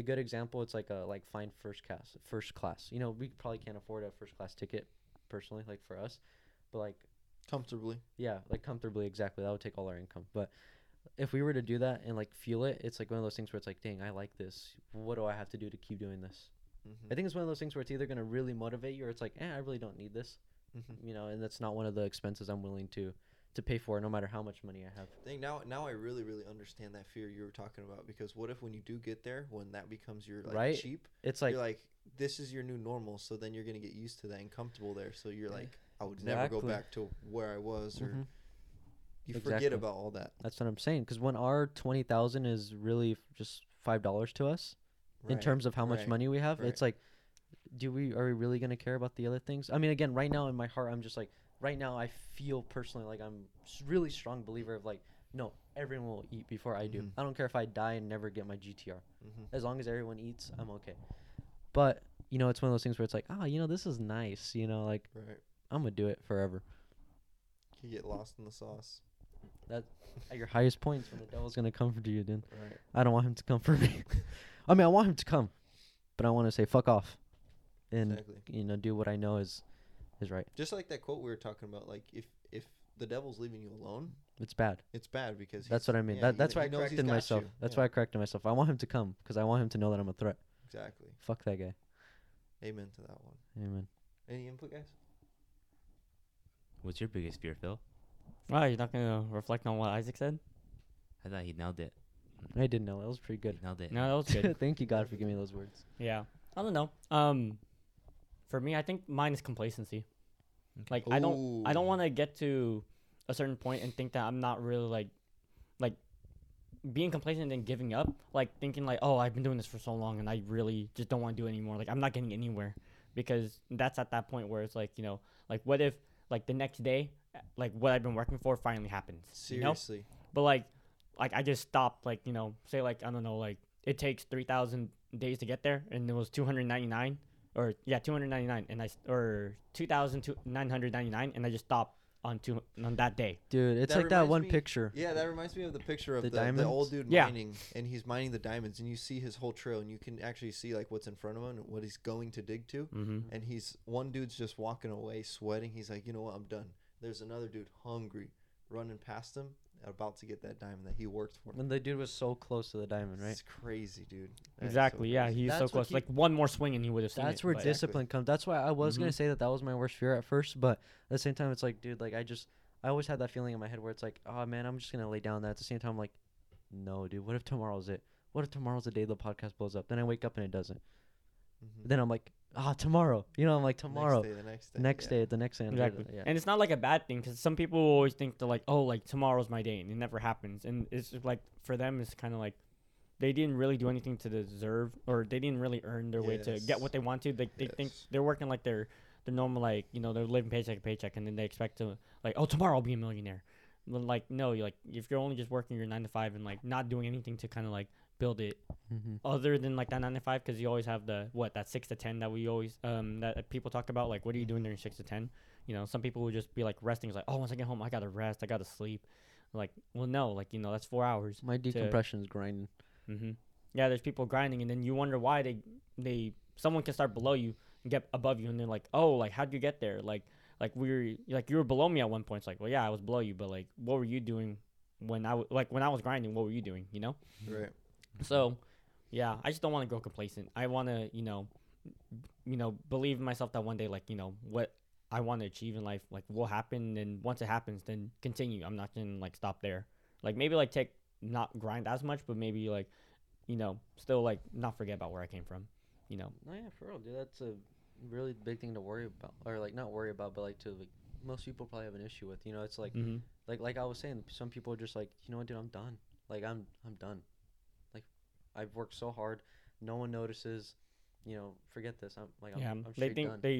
A: a good example, it's like a like fine first class, first class. You know, we probably can't afford a first class ticket personally, like for us, but like
C: Comfortably.
A: yeah, like comfortably, exactly. That would take all our income. But if we were to do that and like feel it, it's like one of those things where it's like, dang, I like this. What do I have to do to keep doing this? I
C: Mm-hmm.
A: think it's one of those things where it's either going to really motivate you or it's like, eh, I really don't need this,
C: Mm-hmm. Mm.
A: you know, and that's not one of the expenses I'm willing to to pay for, no matter how much money I have.
C: I think now now I really really understand that fear you were talking about because what if when you do get there when that becomes your like
A: Right?
C: cheap
A: It's like,
C: you're like this is your new normal so then you're gonna get used to that and comfortable there so you're
A: Yeah.
C: like I would never go
A: Exactly.
C: back to where I was or
A: mhm,
C: you forget
A: Exactly.
C: about all that
A: that's what I'm saying. Because when our twenty thousand is really f- just five dollars to us in
C: Right.
A: terms of how much
C: right,
A: money we have,
C: right.
A: it's like, do we are we really going to care about the other things? I mean, again, right now in my heart, I'm just like, right now I feel personally like I'm s- really strong believer of like, no, everyone will eat before I do.
C: Mhm.
A: I don't care if I die and never get my GTR.
C: Mhm.
A: as long as everyone eats, I'm okay. But you know, it's one of those things where it's like, ah, you know, this is nice. You know, like
C: right
A: I'm gonna do it forever.
C: you get lost in the sauce
A: At your highest points, when the devil's gonna come for you, dude.
C: right
A: I don't want him to come for me. I mean, I want him to come, but I want to say fuck off, and
C: exactly
A: you know, do what I know is is right.
C: Just like that quote we were talking about, like if if the devil's leaving you alone,
A: It's bad.
C: it's bad because
A: That's
C: he's-
A: what I mean.
C: yeah,
A: that,
C: he-
A: that's why
C: he
A: I
C: knows he's
A: corrected
C: got
A: myself.
C: you.
A: That's
C: Yeah,
A: why I corrected myself. I want him to come because I want him to know that I'm a threat.
C: Exactly.
A: Fuck that guy.
C: Amen to that one.
A: Amen.
C: Any input, guys?
B: What's your biggest fear, Phil?
D: Wow, you're not gonna reflect on what Isaac said?
B: I thought he nailed it.
A: I didn't know. That was pretty good.
B: He nailed it.
D: No, that was good.
A: Thank you, God, for giving me those words.
D: yeah, I don't know. Um, for me, I think mine is complacency. Like I don't, I don't
C: Ooh.
D: want to get to a certain point and think that I'm not really like, like, being complacent and giving up. Like thinking like, oh, I've been doing this for so long and I really just don't want to do it anymore. Like I'm not getting anywhere because that's at that point where it's like you know, like what if like the next day, like what I've been working for finally happens. you know?
C: Seriously.
D: But like, like I just stopped. Like you know, say like I don't know, like it takes three thousand days to get there, and it was two hundred ninety nine, or yeah, two hundred ninety nine, and I s- or two thousand nine hundred ninety nine, and I just stopped on two on that day.
A: Dude, it's
C: That
A: like that
C: reminds
A: one
C: me-
A: picture.
C: Yeah, that reminds me of the picture of
A: The
C: the, the, old dude
D: Yeah.
C: mining, and he's mining the diamonds, and you see his whole trail, and you can actually see like what's in front of him and what he's going to dig to.
D: Mm-hmm.
C: And he's one dude's just walking away, sweating. He's like, you know what, I'm done. There's another dude hungry, running past him, about to get that diamond that he worked for.
A: And the dude was so close to the diamond, right?
C: It's crazy, dude. That is so
D: Exactly. yeah,
C: crazy.
D: he's so
A: That's what
D: close.
A: keep-
D: like one more swing, and he would have seen
A: That's
D: it,
A: where
D: but-
C: dis-
A: discipline comes. That's why I was
D: Mm-hmm.
A: gonna say that that was my worst fear at first, but at the same time, it's like, dude, like I just, I always had that feeling in my head where it's like, oh man, I'm just gonna lay down. That at the same time, I'm like, no, dude, what if tomorrow's it? What if tomorrow's the day the podcast blows up? Then I wake up and it doesn't.
D: Mm-hmm.
C: Mhm.
A: Then I'm like, ah, tomorrow. You know, I'm like
C: The next
A: tomorrow,
C: day, the next day.
A: next
C: yeah.
A: day, the next day, and the
D: Exactly.
A: day, yeah.
D: And it's not like a bad thing because some people always think that like, oh, like tomorrow's my day, and it never happens. And it's just, like for them, it's kind of like they didn't really do anything to deserve, or they didn't really earn their way to get
C: Yes.
D: what they want to. They, they think
C: Yes.
D: they're working like their their normal like you know they're living paycheck to paycheck, and then they expect to like, oh, tomorrow I'll be a millionaire. When like no, you like if you're only just working your nine to five and like not doing anything to kind of like build it
A: Mhm.
D: other than like that nine to five because you always have the what that six to ten that we always um that uh, people talk about like what are you doing during six to ten you know some people would just be like resting it's like oh once i get home i gotta rest i gotta sleep like well no like you know that's four hours
A: My decompression's grinding.
D: hmm yeah there's people grinding and then you wonder why they they someone can start below you and get above you and they're like oh like how'd you get there like like we were like you were below me at one point it's like well yeah i was below you but like what were you doing when i w- like when i was grinding what were you doing you know
C: Right.
D: so, yeah, I just don't want to grow complacent. I want to, you know, you know, believe in myself that one day, like you know, what I want to achieve in life, like will happen. And once it happens, then continue. I'm not gonna like stop there. Like maybe like take not grind as much, but maybe like, you know, still like not forget about where I came from. You know,
A: No, yeah, for real, dude. That's a really big thing to worry about, or like not worry about, but like to like most people probably have an issue with. You know, it's like
D: mm-hmm.
A: like like I was saying, some people are just like, you know what, dude, I'm done. Like I'm I'm done. Like I've worked so hard, no one notices. You know, forget this. I'm like I'm,
D: yeah,
A: I'm
D: they
A: straight
D: think
A: done.
D: they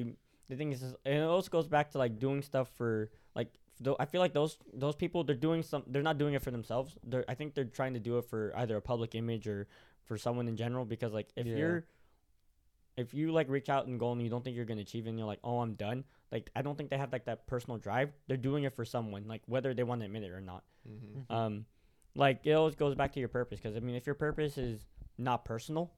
D: the thing is, and it also goes back to like doing stuff for like tho- I feel like those those people they're doing some they're not doing it for themselves. They're I think they're trying to do it for either a public image or for someone in general because like if
A: Yeah.
D: you're if you like reach out and go and you don't think you're gonna achieve it and you're like oh I'm done like I don't think they have like that personal drive. They're doing it for someone like whether they want to admit it or not.
C: Mm-hmm.
A: Mhm.
D: Um, like it always goes back to your purpose because I mean, if your purpose is not personal,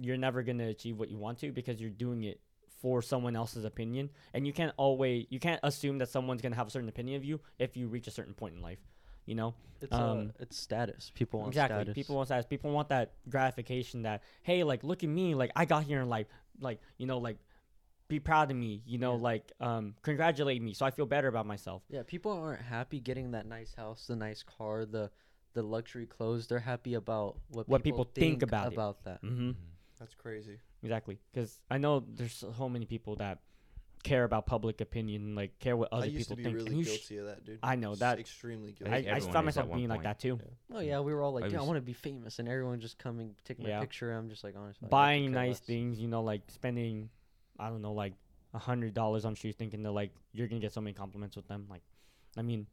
D: you're never gonna achieve what you want to because you're doing it for someone else's opinion, and you can't always you can't assume that someone's gonna have a certain opinion of you if you reach a certain point in life. You know,
A: it's
D: um,
A: uh, it's status. People want
D: exactly.
A: status.
D: People want that. People want that gratification. That hey, like look at me, like I got here in life, like you know, like be proud of me. You know,
A: Yeah.
D: like um, congratulate me, so I feel better about myself.
A: Yeah, people aren't happy getting that nice house, the nice car, the the luxury clothes. They're happy about what
D: What people think about it.
A: about that.
D: Mm-hmm.
C: That's crazy.
D: Exactly, because I know there's so many people that care about public opinion, like care what other
C: I used to
D: people
C: be
D: think.
C: really
D: and you sh-
C: guilty of that, dude.
D: I know
C: Just
D: that.
C: extremely
B: I
C: guilty.
D: I,
B: think
D: I
B: everyone
D: found
B: is at
D: myself
B: one
D: being like
B: point.
D: that too,
C: Yeah.
A: Oh yeah, we were all like,
B: I
A: dude, I
B: was-
A: want to be famous, and everyone just coming take my
D: Yeah.
A: picture. I'm just like, honestly,
D: buying nice things. You know, like spending, I don't know, like a hundred dollars on shoes, thinking that like you're gonna get so many compliments with them. Like, I mean,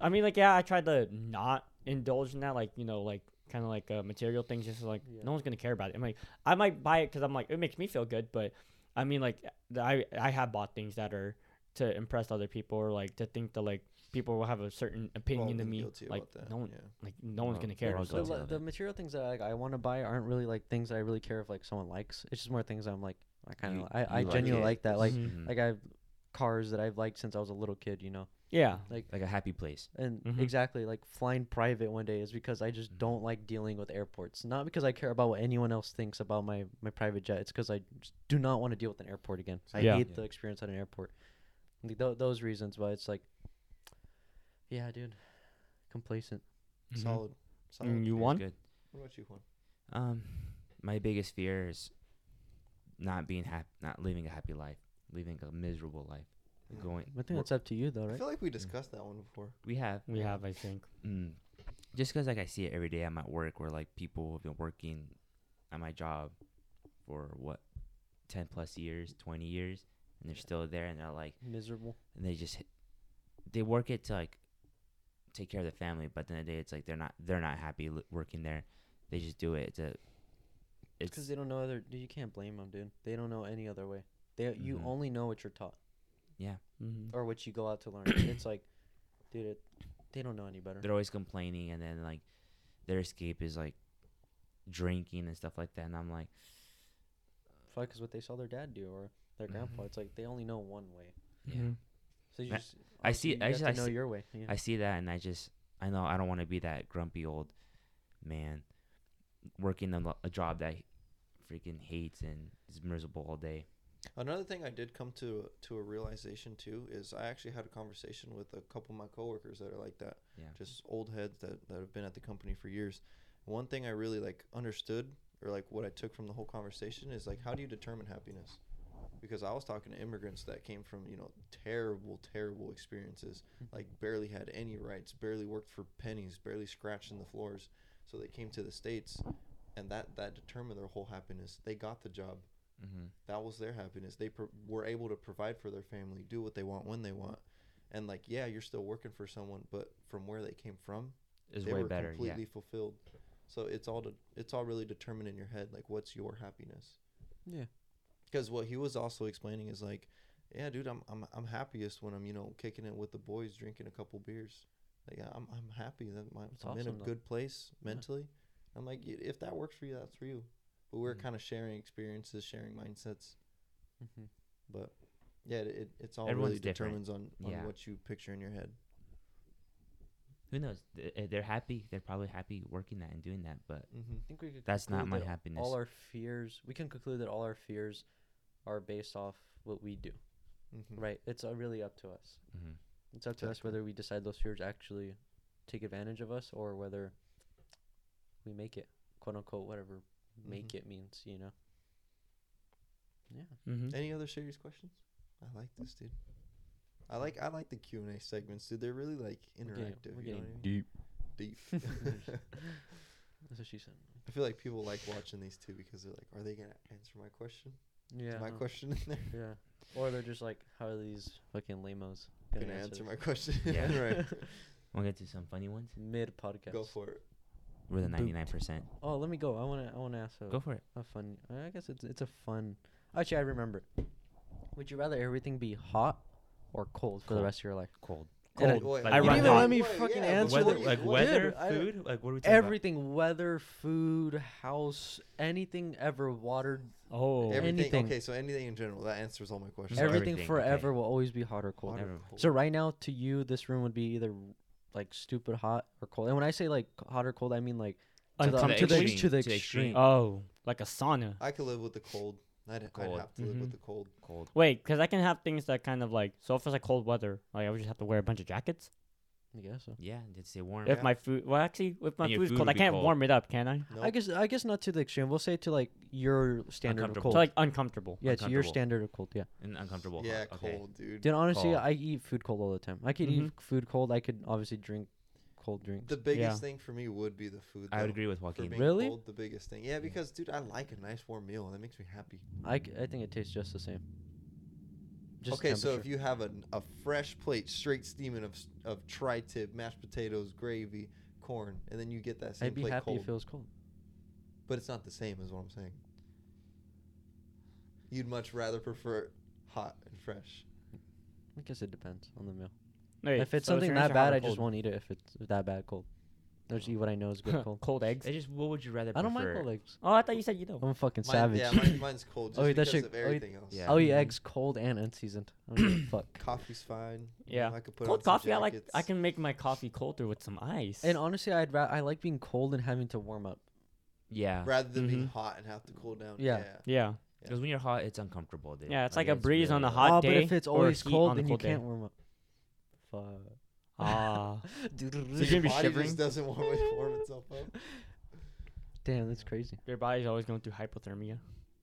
D: I mean, like yeah, I tried to not indulge in that, like you know, like kind of like uh, material things. Just like
A: Yeah.
D: no one's gonna care about it. I'm like, I might buy it because I'm like it makes me feel good, but I mean, like th- I I have bought things that are to impress other people or like to think that like people will have a certain
C: We've all
D: opinion of
C: been
D: me.
C: guilty
D: Like
C: about that,
D: no one,
C: yeah.
D: like no one's
B: Well,
D: gonna
B: we're
D: care.
B: all
D: So
A: The,
B: guilty.
A: li-
B: of
A: the
B: it.
A: material things that like, I want to buy aren't really like things I really care if like someone likes. It's just more things I'm like I kind
B: You-
A: of I, I
B: you
A: genuinely
B: like it.
A: Mm-hmm.
B: Mm-hmm.
A: like that. Like
D: Mhm.
A: like I cars that I've liked since I was a little kid, you know.
D: Yeah.
A: Like
B: like a happy place.
A: and
D: Mhm.
A: exactly like flying private one day is because I
B: Mm-hmm.
A: just don't like dealing with airports. Not because I care about what anyone else thinks about my my private jet. It's because I just do not want to deal with an airport again. I
D: Yeah.
A: hate
B: Yeah.
A: the experience at an airport. Like, tho- those reasons, but it's like, yeah, dude, complacent. Mm-hmm.
C: Solid. Solid.
D: Mm-hmm. Mm, you
B: It was
D: won?
B: good.
C: What about you, Juan?
B: Um, my biggest fear is not being happy, not living a happy life, living a miserable life. Going,
A: I think
B: wor-
A: that's up to you though,
C: I
A: right?
C: feel like we discussed that one before.
B: we have
D: We have, I think.
B: mm, just because like I see it every day at my work, where like people have been working at my job for what ten plus years, twenty years, and they're still there, and they're like,
A: Miserable.
B: and they just hit, they work it to like take care of the family, but then the day it's like they're not they're not happy li- working there. They just do it to.
A: It's because they don't know other. Dude, you can't blame them, dude. They don't know any other way. They you
B: Mhm.
A: only know what you're taught
D: Mm-hmm.
A: or what you go out to learn. it's like, dude, it, they don't know any better.
B: they're always complaining and then like their escape is like drinking and stuff like that and i'm like
A: Fuck is what they saw their dad do or their grandpa.
B: Mhm.
A: It's like they only know one way.
B: yeah
A: So you
B: I-
A: just
B: I
A: also
B: see-
A: You
B: I
A: have
B: see-
A: to
B: I
A: know
B: see-
A: your way. Yeah.
B: i see that and i just i know i don't want to be that grumpy old man working a, lo- a job that he freaking hates and is miserable all day
C: Another thing I did come to to a realization too is I actually had a conversation with a couple of my coworkers that are like that,
B: yeah
C: just old heads that, that have been at the company for years. One thing I really like understood or like what I took from the whole conversation is like how do you determine happiness? Because I was talking to immigrants that came from, you know, terrible, terrible experiences, like barely had any rights, barely worked for pennies, barely scratched in the floors. So they came to the States and that, that determined their whole happiness. They got the job
B: mm-hmm.
C: that was their happiness. They pro- were able to provide for their family, do what they want when they want, and like yeah, you're still working for someone, but from where they came from,
B: it's
C: they
B: way
C: were
B: better yeah
C: completely fulfilled. So it's all de- it's all really determined in your head, like what's your happiness.
A: Yeah.
C: Because what he was also explaining is like, yeah, dude, I'm I'm I'm happiest when I'm you know kicking it with the boys, drinking a couple beers. Like yeah, I'm I'm happy that my,
A: That's
C: I'm in a
A: awesome, though.
C: good place mentally. I'm like, "Y- if that works for you, that's for you. But we're
B: Mhm.
C: kind of sharing experiences, sharing mindsets
A: Mhm.
C: but yeah, it, it it's all
B: Everyone's
C: really
B: different.
C: determines on, on
B: Yeah.
C: what you picture in your head.
B: who knows Th- eh, they're happy they're probably happy working that and doing that but
C: Mm-hmm.
A: I think we could
B: that's not
A: conclude
B: my
A: that
B: happiness
A: All our fears. We can conclude that all our fears are based off what we do.
C: Mm-hmm.
A: Right. It's uh, really up to us.
B: mm-hmm.
A: It's up to us
C: Exactly.
A: whether we decide those fears actually take advantage of us or whether we make it, quote unquote, whatever make it means. You know. Yeah.
D: Mm-hmm.
C: Any other serious questions? I like this, dude. I like I like the Q and A segments, dude. They're really like
A: We're getting-
C: interactive.
A: we're
C: you know
A: getting
C: what I mean? Deep.
A: That's what she said.
C: I feel like people like watching these too because they're like, are they gonna answer my question?
A: Yeah.
C: Is my
A: no.
C: question in there?
A: Yeah. Or they're just like, how are these fucking lamos
C: Gonna answer my question?
B: Yeah.
C: right.
B: we'll get to some funny ones
A: mid podcast?
C: Go for it.
B: we're the
A: Boot.
B: 99%
A: Oh, let me go. I wanna I wanna ask a,
B: go for it
A: a fun. I guess it's it's a fun. Actually, I remember. it. Would you rather everything be hot or cold for the
B: Cold.
A: rest of your life?
B: cold
D: Cold.
B: Like
C: Wait,
A: you
C: wait,
A: didn't even
C: wait,
A: let me
C: wait,
A: fucking
C: yeah,
A: answer
C: before
B: weather,
A: what-
C: you-
B: like
C: what-
B: weather,
A: Dude, I-
B: food, like what are we talking about?
A: Everything, weather, food, house, anything ever, water,
D: Oh.
A: Every-
C: Everything.
A: Anything.
C: Okay, so anything in general. That answers all my questions.
B: Every-
A: everything,
B: everything, okay.
A: forever will always be hot or cold.
C: Hot or
B: Never-
C: cold?
A: So right now, to you, this room would be either like stupid hot or cold. And when I say like hot or cold, I mean like to the, to the,
D: Uncomfortable.
A: to the
B: To the
A: extreme.
B: extreme.
D: Oh, like a sauna.
C: I could live with the cold. I'd, I'd
B: Cold. Mm-hmm.
C: have to live with
D: Mhm.
C: the cold.
B: cold.
D: Wait, because I can have things that kind of like. So if it's like cold weather, like I would just have to wear a bunch of jackets.
A: I guess so.
B: Yeah, did say warm.
D: If my food, well, actually, if my
B: And your
D: food's
B: food
D: cold,
B: would
D: I
B: be
D: can't
B: cold.
D: warm it up, can I?
A: I
C: Nope.
A: guess I guess not to the extreme. We'll say to like your standard of
B: Uncomfortable.
A: cold.
D: So like uncomfortable.
A: yeah, to your
B: uncomfortable.
A: standard of cold. Yeah.
B: and uncomfortable. hot.
C: Yeah,
B: Okay.
C: cold, dude.
A: Dude, honestly,
B: Cold.
A: I eat food cold all the time. I could eat
D: Mhm.
A: food cold. I could obviously drink cold drinks.
C: The biggest
D: Yeah.
C: thing for me would be the food.
B: I would
C: though,
B: agree with
C: for
B: Joaquin.
C: being
A: Really?
C: Cold, the biggest thing. Yeah, because dude, I like a nice warm meal. That makes me happy.
A: I, c- I think it tastes just the same. Just
C: okay, so if
A: temperature.
C: you have a, a fresh plate, straight steaming of s- of tri-tip, mashed potatoes, gravy, corn, and then you get that same
A: I'd be
C: plate
A: happy
C: cold,
A: if it was cold.
C: but it's not the same, is what I'm saying. You'd much rather prefer it hot and fresh.
A: I guess it depends on the meal.
D: Wait,
A: if it's
D: so
A: something
D: your
A: that
D: answer hot
A: bad,
D: or
A: I just
D: cold?
A: won't eat it. If it's that bad cold, I just eat what I know is good cold.
D: cold eggs.
B: I just what would you rather?
A: I don't mind
B: prefer?
A: cold eggs.
D: Oh, I thought you said you
A: I'm
D: don't.
A: a fucking
C: Mine,
A: savage.
C: yeah, mine, mine's cold just
A: Oh, wait, that
C: because
A: shit-
C: of
A: oh, wait,
C: everything else.
B: yeah.
A: I'll eat
B: Mhm.
A: eggs cold and unseasoned. I don't give a fuck.
C: Coffee's fine. you
D: Yeah.
C: know, I could put on
D: Cold
C: some
D: coffee. I like. I
C: jackets.
D: can make my coffee colder with some ice.
A: And honestly, I'd ra- I like being cold and having to warm up.
B: Yeah,
C: rather than being
D: Mhm.
C: hot and have to cool down.
A: Mm-hmm. Yeah.
D: yeah.
B: because when you're hot, it's uncomfortable. Dude.
D: Yeah, it's like a breeze on the
B: really-
D: Hot
A: oh, but
D: day
A: if it's
D: or
A: always
D: heat on
A: cold,
D: the
A: then
D: cold
A: you
D: day.
A: can't warm up. Fuck.
D: Ah.
C: Your
D: gonna be
C: body
D: shivering?
C: just doesn't warm, it- warm itself up.
A: Damn, that's crazy.
D: Your body's always going through hypothermia.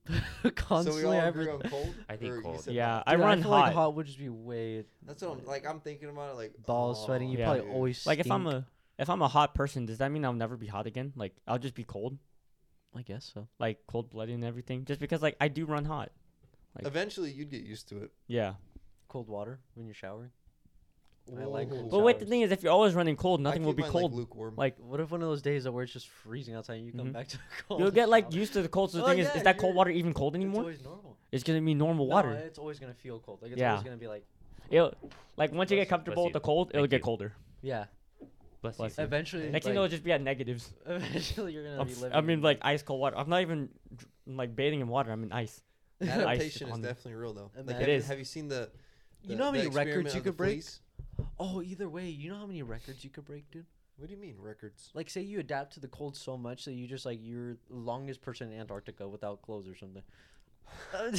C: so we
A: Constantly,
C: all
A: I
C: agree
A: re-
C: on cold.
B: I think
C: Or you
B: cold.
C: said
D: yeah,
C: hot?
D: I
A: Dude,
D: run
A: feel
D: hot.
A: Like hot would just be way
C: That's what I'm like. I'm thinking about it like
A: balls
C: oh,
A: sweating. You
D: Yeah.
A: probably
C: dude.
A: always
D: Like if I'm
A: stink.
D: a if I'm a hot person, does that mean I'll never be hot again? Like I'll just be cold,
A: I guess so.
D: like cold blooded and everything. Just because like I do run hot. like-
C: Eventually, you'd get used to it.
D: Yeah.
A: Cold water when you're showering. I like
C: Whoa.
A: cold
D: But wait, the
A: showers.
D: thing is, if you're always running cold,
C: I
D: nothing will
C: keep
D: be
C: mine,
D: cold.
C: Like, lukewarm.
D: Like
A: What if one of those days that where it's just freezing outside and you come
D: Mhm.
A: back to cold?
D: you'll get like
A: shower?
D: used to the cold. So the
A: Oh,
D: thing is,
A: yeah,
D: is that cold
A: you're-
D: water even cold
A: It's
D: anymore?
A: always
D: It's,
A: normal.
D: gonna be normal
A: No,
D: water.
A: it's always gonna feel cold. Like it's
D: Yeah.
A: always gonna be like
D: It'll, like once you
B: Bless
D: get
B: you,
D: comfortable
B: bless
D: with
B: you.
D: the cold, it'll
B: Thank
D: get
B: you.
D: colder.
A: yeah.
B: Bless
D: Bless
B: you.
D: you.
A: Eventually,
D: Next
A: like,
D: thing you know, it'll just be at negatives.
A: eventually you're gonna
D: I'm
A: be
D: f-
A: living.
D: I mean,
A: in,
D: like ice cold water. I'm not even dr- like bathing in water. I'm in ice. ice
C: Adaptation is
D: on me.
C: definitely real though.
A: Imagine-
C: Like,
A: It
C: have, you-
D: is.
C: Have you seen the?
A: you
C: the-
A: know how
C: the
A: many
C: experiment
A: records you
C: of the
A: could break.
C: fleas?
A: Oh, either way, you know how many records you could break, dude.
C: What do you mean records?
A: Like, say you adapt to the cold so much that you just like you're the longest person in Antarctica without clothes or something.
B: I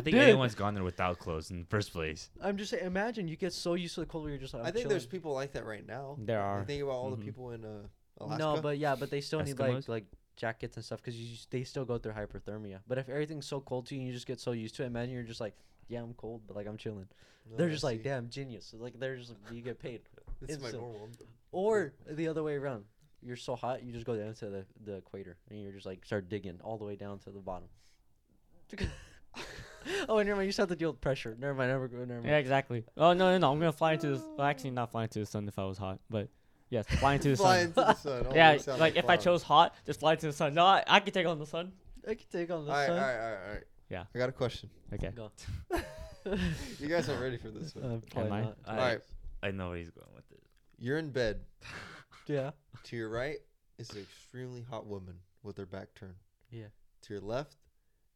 B: think anyone's gone there without clothes in the first place.
A: I'm just saying. Imagine you get so used to the cold where you're just like. I'm
C: I think there's
A: chilling. Mm-hmm.
C: people like that right now.
D: There
C: You
D: are.
C: Think about all the
D: Mhm.
C: people in uh, Alaska.
A: No, but yeah, but they still need
B: Eskimos?
A: like like jackets and stuff because you s- they still go through hyperthermia. But if everything's so cold to you, and you just get so used to it. Imagine you're just like, yeah, I'm cold, but like I'm chilling.
C: No,
A: they're
C: Oh, I
A: just like,
C: see.
A: damn, genius. So, like they're just you get paid.
C: This is my
A: instant.
C: normal.
A: Or the other way around. You're so hot, you just go down to the, the equator and you're just like start digging all the way down to the bottom. oh, and never mind. You just have to deal with pressure. Never mind. Never, go- never mind.
D: Yeah, exactly. Oh no, no, no! I'm gonna fly into this. Well, actually, not fly into the sun if I was hot, but yes, fly into the
C: Fly
D: sun.
C: into the sun. Oh,
D: yeah,
C: that sounds
D: like if I
C: fun.
D: chose hot, just fly into the sun. No, I, I could take on the sun.
A: I can take on
C: All
A: the
C: right, all
A: sun.
C: right, all right, all right.
D: Yeah.
C: I got a question.
D: Okay.
A: Go.
C: You guys aren't ready for this one.
A: Uh, probably
D: Am I?
A: not.
B: I,
C: Alright.
B: I know where he's going with this.
C: You're in bed.
A: Yeah.
C: To your right is an extremely hot woman with her back turned.
A: Yeah.
C: To your left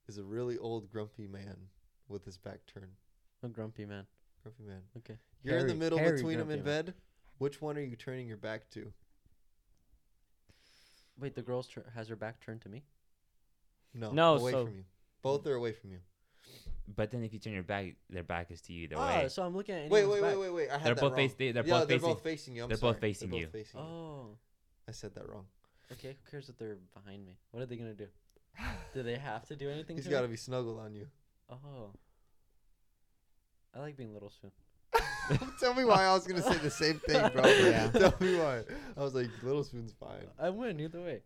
C: is a really old grumpy man with his back turned.
A: I'm grumpy man.
C: Grumpy man.
A: Okay.
C: You're in the
A: Hairy-
C: middle
A: hairy
C: between them
A: grumpy
C: in
A: man.
C: bed. Which one are you turning your back to?
A: Wait, the girl's tur has her back turned to me.
C: No.
D: No,
C: Away
D: so-
C: from you. Both are away from you.
B: But then if you turn your back, their back is to you either
A: Ah,
B: way.
A: so I'm looking at.
C: Wait,
A: anyone's
C: wait,
A: back.
C: wait, wait, wait. I Oh, had
B: They're
C: that
B: both
C: wrong.
B: face. They, they're
C: yeah,
B: both
C: they're
B: facing.
C: both facing you. I'm
B: they're both
C: sorry.
B: facing
C: they're
B: you.
C: Both facing you.
A: Oh.
C: I said that wrong.
A: Okay. Who cares if they're behind me? What are they gonna do? Do they have to do anything?
C: He's
A: to
C: got to
A: me?
C: be snuggled on you.
A: Oh. I like being little spoon.
C: Tell me why I was gonna say the same thing, bro.
D: Yeah.
C: Tell me why. I was like, Little Spoon's fine.
A: I win either way.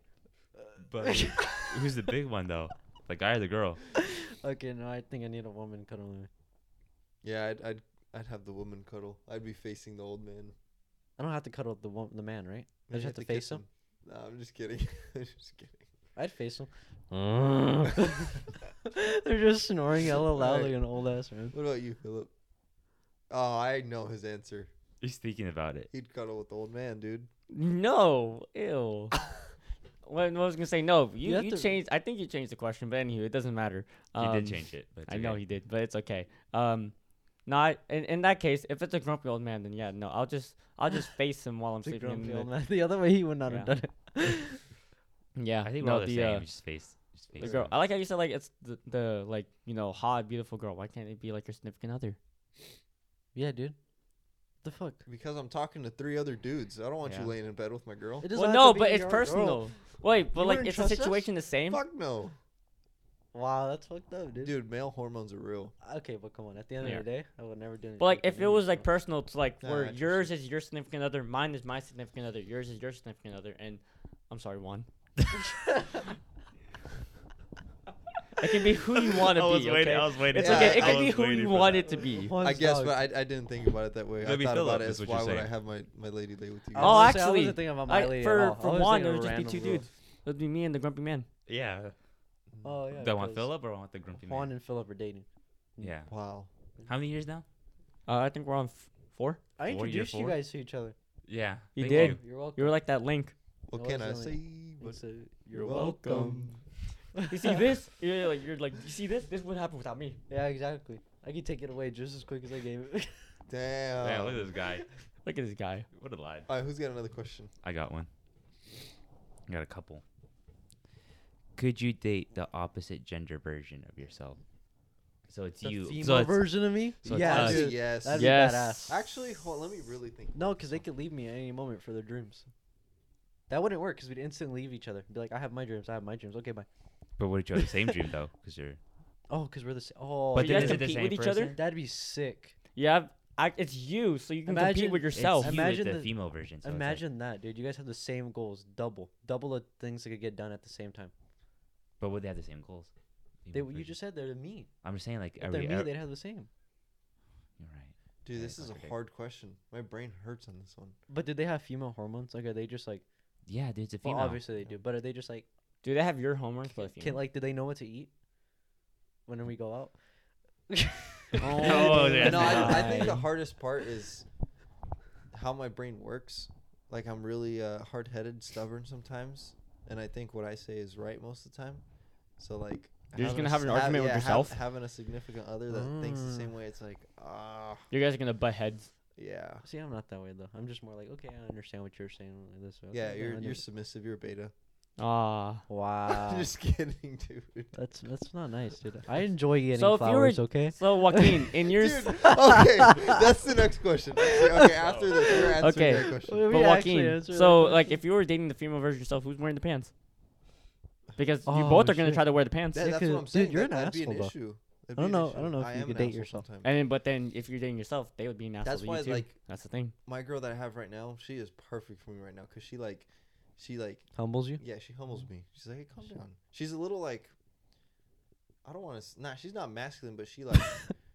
B: But who's the big one though? The guy or the girl?
A: Okay, no, I think I need a woman cuddling me.
C: Uh, Yeah, I'd, I'd I'd have the woman cuddle. I'd be facing the old man.
A: I don't have to cuddle the wo- the man, right? I
C: Maybe
A: just have to
C: kiss
A: face him.
C: No, I'm just kidding. I'm just kidding.
A: I'd face him. They're just snoring hella loud
C: Right.
A: like an old ass man.
C: What about you, Philip? Oh, I know his answer.
B: He's thinking about it.
C: He'd cuddle with the old man, dude.
D: No, ew. What what I was gonna say no.
A: You
D: You
A: have
D: you
A: to-
D: changed. I think you changed the question, but anywho, it doesn't matter.
B: He
D: Um,
B: did change it. But it's
D: I know
B: okay.
D: he did, but it's okay. Um, not in, in that case. If it's a grumpy old man, then yeah, no, I'll just I'll just face him while I'm
A: The
D: sleeping.
A: grumpy
D: and
A: old
D: then-
A: man. The other way, he would not have
D: Yeah.
A: done it.
D: Yeah,
B: I think we're
D: no,
B: all the,
D: the,
B: same.
D: uh,
B: we just face. Just face
D: the girl.
B: him.
D: I like how you said like it's the, the like you know hot beautiful girl. Why can't it be like your significant other?
A: yeah, dude. The fuck.
C: Because I'm talking to three other dudes. I don't want
D: Yeah.
C: you laying in bed with my girl.
A: It doesn't
D: Well,
A: have
D: no,
A: to
D: but
A: be
D: it's
A: your
D: personal.
A: girl.
D: Wait, but
A: You
D: like
A: wouldn't
D: it's the
A: trust us?
D: situation the same?
C: Fuck no,
A: Wow, that's fucked up, dude.
C: dude. Male hormones are real.
A: Okay, but come on. At the end
D: Yeah.
A: of the day, I would never do anything.
D: But like
A: to
D: if it
A: anyone,
D: was like
A: so-
D: personal to like
C: Nah, I
D: where
C: trust
D: yours is your significant other, mine is my significant other, yours is your significant other, and I'm sorry, Juan. it can be who you want to
B: I
D: be.
B: was waiting.
D: okay?
B: I was waiting.
D: It's
B: for
D: okay.
B: that.
D: It
B: I
D: can be
B: was
D: who
B: waiting
D: you
B: for that.
D: want it to be.
C: I
A: Juan's
C: guess,
A: dog.
C: but I, I didn't think about it that way. I
B: Maybe
C: thought
B: Philip
C: about it
B: is
C: as
B: what
C: why
B: you're
C: would I
B: saying.
C: have my, my lady lay with you?
A: I was
D: Oh,
A: gonna say, I
D: actually,
A: wasn't thinking about
D: I-
A: my lady at
D: for-
A: all. I
D: for
A: was
D: Juan,
A: thinking
D: it
A: of
D: would just be
A: random
D: two
A: girls.
D: dudes. It'd be me and the grumpy man.
B: Yeah.
A: Oh yeah.
B: Do I want
A: because
B: Philip or I want the grumpy
A: Juan
B: man?
A: and Philip are dating.
B: Yeah.
C: Wow.
B: How many years now?
D: Uh, I think we're on f- four.
A: I
B: Four, year
A: introduced you
B: four?
A: guys to each other.
B: Yeah.
D: You
B: thank
D: did.
A: You're welcome.
D: You were like that link.
C: What
A: No,
C: can I
A: it's
C: say?
A: only-
C: But
A: It's a-
C: you're welcome.
D: You see this? You're like, you're like, you see this? This would happen without me.
A: Yeah, exactly. I could take it away just as quick as I gave it.
C: Damn.
B: Man, look at this guy.
D: Look at this guy.
B: What a lie.
C: All right, who's got another question?
B: I got one. I got a couple. Could you date the opposite gender version of yourself? So it's
A: the
B: you.
A: female
B: So it's,
A: version of me.
B: so it's
A: yeah,
B: us.
A: dude.
C: yes.
A: That'd
D: Yes.
A: be badass.
C: Actually, hold. Let me really think.
A: No, because they could leave me at any moment for their dreams. That wouldn't work because we'd instantly leave each other. Be like, I have my dreams. I have my dreams. Okay, bye.
B: but what if you have the same dream though? Because you're.
A: Oh, because we're the same. Oh,
B: but
D: you
B: then
D: guys
B: is it the
D: compete
B: same
D: with each other?
B: person?
A: that'd be sick.
D: Yeah, I, it's you, so you can compete
A: Imagine-
D: with
A: it's
D: yourself.
B: It's you
A: Imagine
B: with the,
A: the-
B: female version. So it's like-
A: Imagine that, dude. You guys have the same goals, double, double the things that could get done at the same time.
B: but would they have the same goals?
A: They, you
B: Female version.
A: just said they're me.
B: I'm just saying like.
A: If
B: Are
A: they're
B: we,
A: me,
B: are,
A: they'd have the same.
B: you're right.
C: Dude,
B: Yeah,
C: this is a
B: contradict.
C: hard question. My brain hurts on this one.
A: But did they have female hormones? Like, are they just like?
B: Yeah, dude, it's a
A: Well,
B: female.
A: obviously they do. But are they just like?
D: Do they have your homework? But
A: Can like? Do they know what to eat? When we go out.
B: Oh,
A: Oh,
B: No, that's
C: no, I, I think the
D: fine.
C: hardest part is how my brain works. Like I'm really uh, hard-headed, stubborn sometimes, and I think what I say is right most of the time. So like,
D: You're just
C: having
D: gonna
C: a
D: have an
C: s-
D: argument with
C: yeah,
D: yourself?
C: having a significant other that thinks the
A: Mm.
C: same way, it's like, ah,
D: you guys are gonna butt heads.
C: yeah,
A: See, I'm not that way though. I'm just more like, okay, I understand what you're saying like this. way.
C: yeah.
A: Okay, I
C: You're you're
A: under-
C: submissive. You're a beta.
D: Ah.
A: Wow.
C: I'm just kidding, dude.
A: That's that's not nice, dude. I enjoy getting
D: So if you were-
A: flowers, okay?
D: So Joaquin, in your
C: Dude, okay, that's the next question. Okay, okay, after this, you're answering
D: Okay.
C: that question.
D: but Joaquin, so like if you were dating the female version of yourself, who's wearing the pants? Because you
A: Oh,
D: both are gonna
A: shit.
D: try to wear the pants,
C: That-
A: Yeah,
C: that's
A: 'cause-
C: what I'm
A: dude,
C: saying.
A: you're
C: that,
A: an
C: that'd be an
A: asshole, though.
C: issue. That'd
A: I
C: be
A: don't
C: an
A: know- I don't
C: issue.
A: know if you
C: am
A: could
C: an
A: date
C: asshole
A: yourself.
C: sometimes.
D: and then, but then if you're dating yourself, they would be an asshole.
C: That's
D: to
C: why,
D: you too.
C: like,
D: that's the thing.
C: my girl that I have right now, she is perfect for me right now because she like, she like,
A: humbles you.
C: yeah, she humbles me. She's like, hey, calm down. She's a little like, I don't want to. Nah, she's not masculine, but she like,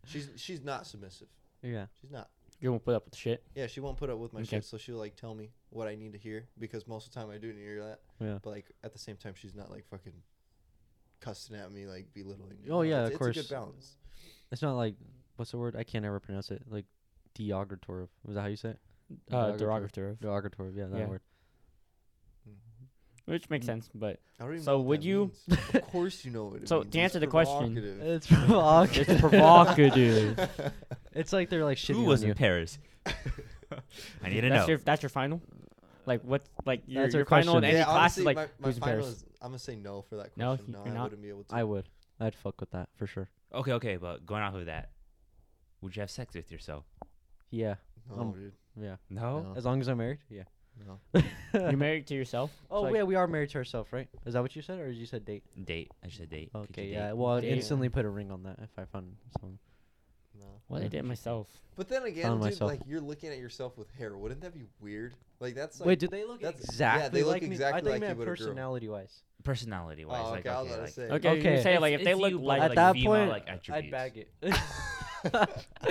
C: she's she's not submissive.
A: Yeah.
C: She's not.
D: You won't put up with shit.
C: Yeah, she won't put up with my
D: Okay.
C: shit, so she'll like tell me what I need to hear because most of the time I do need to hear that.
A: Yeah.
C: But like at the same time, she's not like fucking cussing at me, like belittling me.
A: Oh,
C: You know,
A: yeah, of
C: it's, it's a
A: course.
C: good balance.
A: It's not like what's the word? I can't ever pronounce it. Like deogatorov. Is that how you say it?
D: Uh,
A: Derogatory.
D: derogative,
A: Deogatorov. Yeah, that
D: Yeah.
A: word.
D: which makes sense, but
C: I don't even
D: So
C: know what
D: would
C: that
D: you-
C: means. of course, you know what it
D: So,
C: means.
D: to
C: It's
D: answer the question-
C: provocative.
A: It's provocative.
D: it's provocative.
A: It's like they're like shitting
B: Who was
A: on you.
B: in Paris? I need to
D: that's
B: know.
D: Your, that's your final. Like what? Like your,
A: That's our
D: your final in
A: question.
D: any
A: Yeah,
D: class
C: honestly,
D: is like
C: my, my
D: who's in
C: final
D: Paris?
C: is- I'm gonna say no for that
D: No,
C: question.
D: you-
C: No,
D: you're
C: I
D: not?
C: wouldn't be able to.
A: I would. I'd fuck with that for sure.
B: okay, okay, but going off of that, would you have sex with yourself?
A: Yeah.
C: No,
A: Um,
C: dude.
A: Yeah.
B: No.
C: No.
A: As long as I'm married. Yeah.
C: No.
D: You're married to yourself.
A: Oh
D: So, like,
A: yeah, we are married to ourselves, right? Is that what you said, or did you said date?
B: Date. I should date. Could you
A: Okay,
B: date?
A: yeah. Well, I'd
D: Date.
A: instantly put a ring on that if I found someone.
C: No.
D: Well, I
A: Yeah.
D: did it myself.
C: But then again, dude,
A: Found myself.
C: like you're looking at yourself with hair. Wouldn't that be weird? Like that's like.
A: Wait, do they look
C: that's- yeah, they
A: exactly
C: look
A: like
C: exactly
A: me? I
C: like
A: think
C: you
A: man,
C: would a girl.
A: personality wise.
B: Personality wise,
C: Oh,
B: like
C: okay, I was
B: okay,
C: gonna
B: like,
C: say.
D: Okay, okay.
A: Okay.
D: you say like if
B: It's-
D: they
B: it's
D: look
B: you, but,
D: like,
A: At
B: like,
A: that
B: female,
A: point,
B: like,
A: I'd
B: attributes.
A: bag it.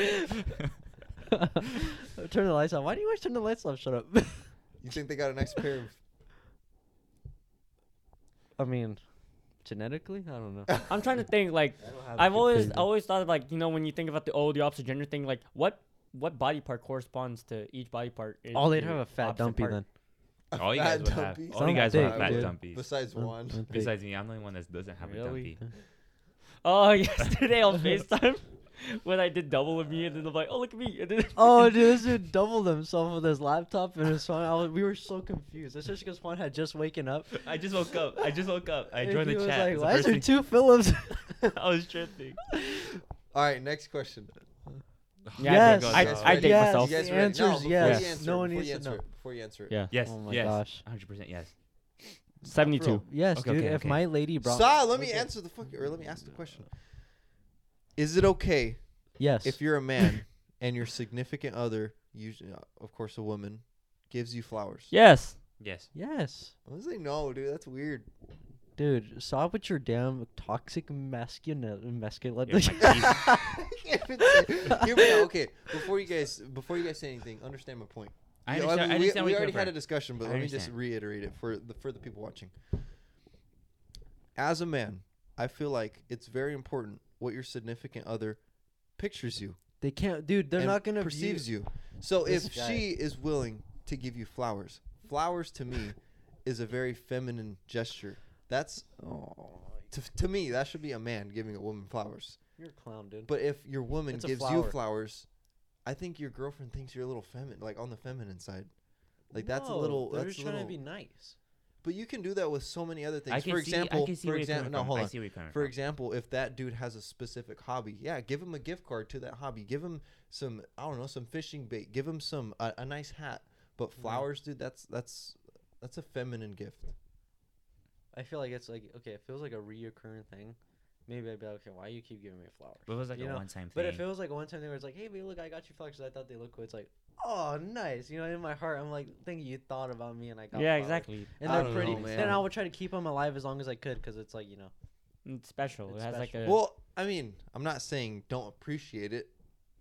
A: turn the lights on. Why do you always turn the lights off? Shut up.
C: You think they got a nice pair of?
A: I mean, genetically, I don't know.
D: I'm trying to think like
A: I don't have
D: I've
A: good
D: always
A: taste.
D: always thought of like you know when you think about the oh the opposite gender thing like what what body part corresponds to each body part. in
A: Oh, they'd
D: your
A: have a fat
D: opposite
A: dumpy
D: part?
A: then.
B: all you guys
C: Fat
B: would have.
C: dumpies.
B: All you guys would have
A: Sounds
B: fat
A: big,
B: dumpies.
C: Besides
A: One-
C: one.
A: one big-
B: Besides me, I'm the only one that doesn't have
D: Really?
B: a dumpy.
D: Oh, yesterday on Facetime when I did double with me and then I'm like oh look at me. And then
A: Oh, dude, this dude doubled himself with his laptop and his phone. I was, we were so confused. It's just because Juan had just waken up.
B: I just woke up. I just woke up. I
A: and
B: joined
A: he
B: the
A: was
B: chat.
A: Like,
B: It's the
A: Why is
B: first
A: there
B: thing-
A: two Phillips?
B: I was tripping.
C: All right, next question.
D: Yeah,
A: Yes.
D: I,
C: Yes.
D: I date
A: Yes.
D: myself.
C: You guys
A: The
C: ready?
A: answer
C: no,
A: is
C: before
A: yes.
C: You answer,
A: No
C: it,
A: one
C: before
A: needs
C: you
A: to
C: answer
A: know.
C: it, Before you answer it.
D: Yeah.
B: Yes.
A: Oh my
B: yes.
A: gosh.
B: 100% yes.
D: Seventy two.
A: yes,
B: Okay,
A: dude.
B: okay,
A: If
B: okay.
A: my lady brought.
C: Stop. Let me
A: Okay.
C: answer the fuck. Or let me ask the question. Is it okay
A: Yes.
C: if you're a man and your significant other, usually, uh, of course, a woman, gives you flowers?
D: Yes.
B: Yes.
A: yes.
C: I'm gonna say no, dude. That's weird.
A: Dude, stop with your damn toxic masculinity.
B: You're
A: masculinity.
B: my teeth.
C: If it's- Here we go. Okay, before you guys, before you guys say anything, understand my point.
B: I
C: Yeah,
B: understand. I,
C: mean, we-
B: understand
C: we,
B: where you're
C: already
B: coming
C: had a discussion,
B: I
C: but let me just
B: understand.
C: reiterate it for the for the people watching. As a man, I feel like it's very important what your significant other pictures you.
A: they can't, dude. They're
C: and
A: not gonna
C: perceives
A: view-
C: you. So
A: This
C: if
A: guy.
C: she is willing to give you flowers. Flowers to me is a very feminine gesture. That's
A: Oh,
C: to, to me that should be a man giving a woman flowers.
A: you're a clown, dude.
C: But if your woman
A: It's a
C: gives you
A: flower.
C: flowers, I think your girlfriend thinks you're a little feminine, like on the feminine side. Like that's a little.
A: They're
C: That's
A: just
C: a
A: trying
C: little
A: to be nice.
C: but you can do that with so many other things.
B: I can
C: for
B: see,
C: example,
B: I can see
C: for
B: where you're coming
C: example, no,
B: from.
C: hold
B: I
C: on.
B: see where you're coming
C: For
B: from.
C: example, if that dude has a specific hobby, yeah, give him a gift card to that hobby. Give him some, I don't know, some fishing bait. Give him some a, a nice hat. But
B: Mm-hmm.
C: flowers, dude, that's that's that's a feminine gift.
A: I feel like it's like okay, if it was like a reoccurring thing, maybe I'd be like, okay, why you keep giving me flowers?
B: But it was like
A: you
B: a
A: know,
B: one-time thing.
A: But if it was like a one time thing where it's like, hey, babe, look, I got you flowers 'cause I thought they looked cool. It's like, oh, nice. You know, in my heart, I'm like, thank you, you thought about me and I got.
D: yeah,
A: flowers."
D: exactly.
A: And
C: I
A: they're
C: don't
A: pretty.
C: know,
A: Then
C: man.
A: I would try to keep them alive as long as I could because it's like you know.
D: It's special.
A: It's
D: it has like
A: special.
D: a.
C: Well, I mean, I'm not saying don't appreciate it.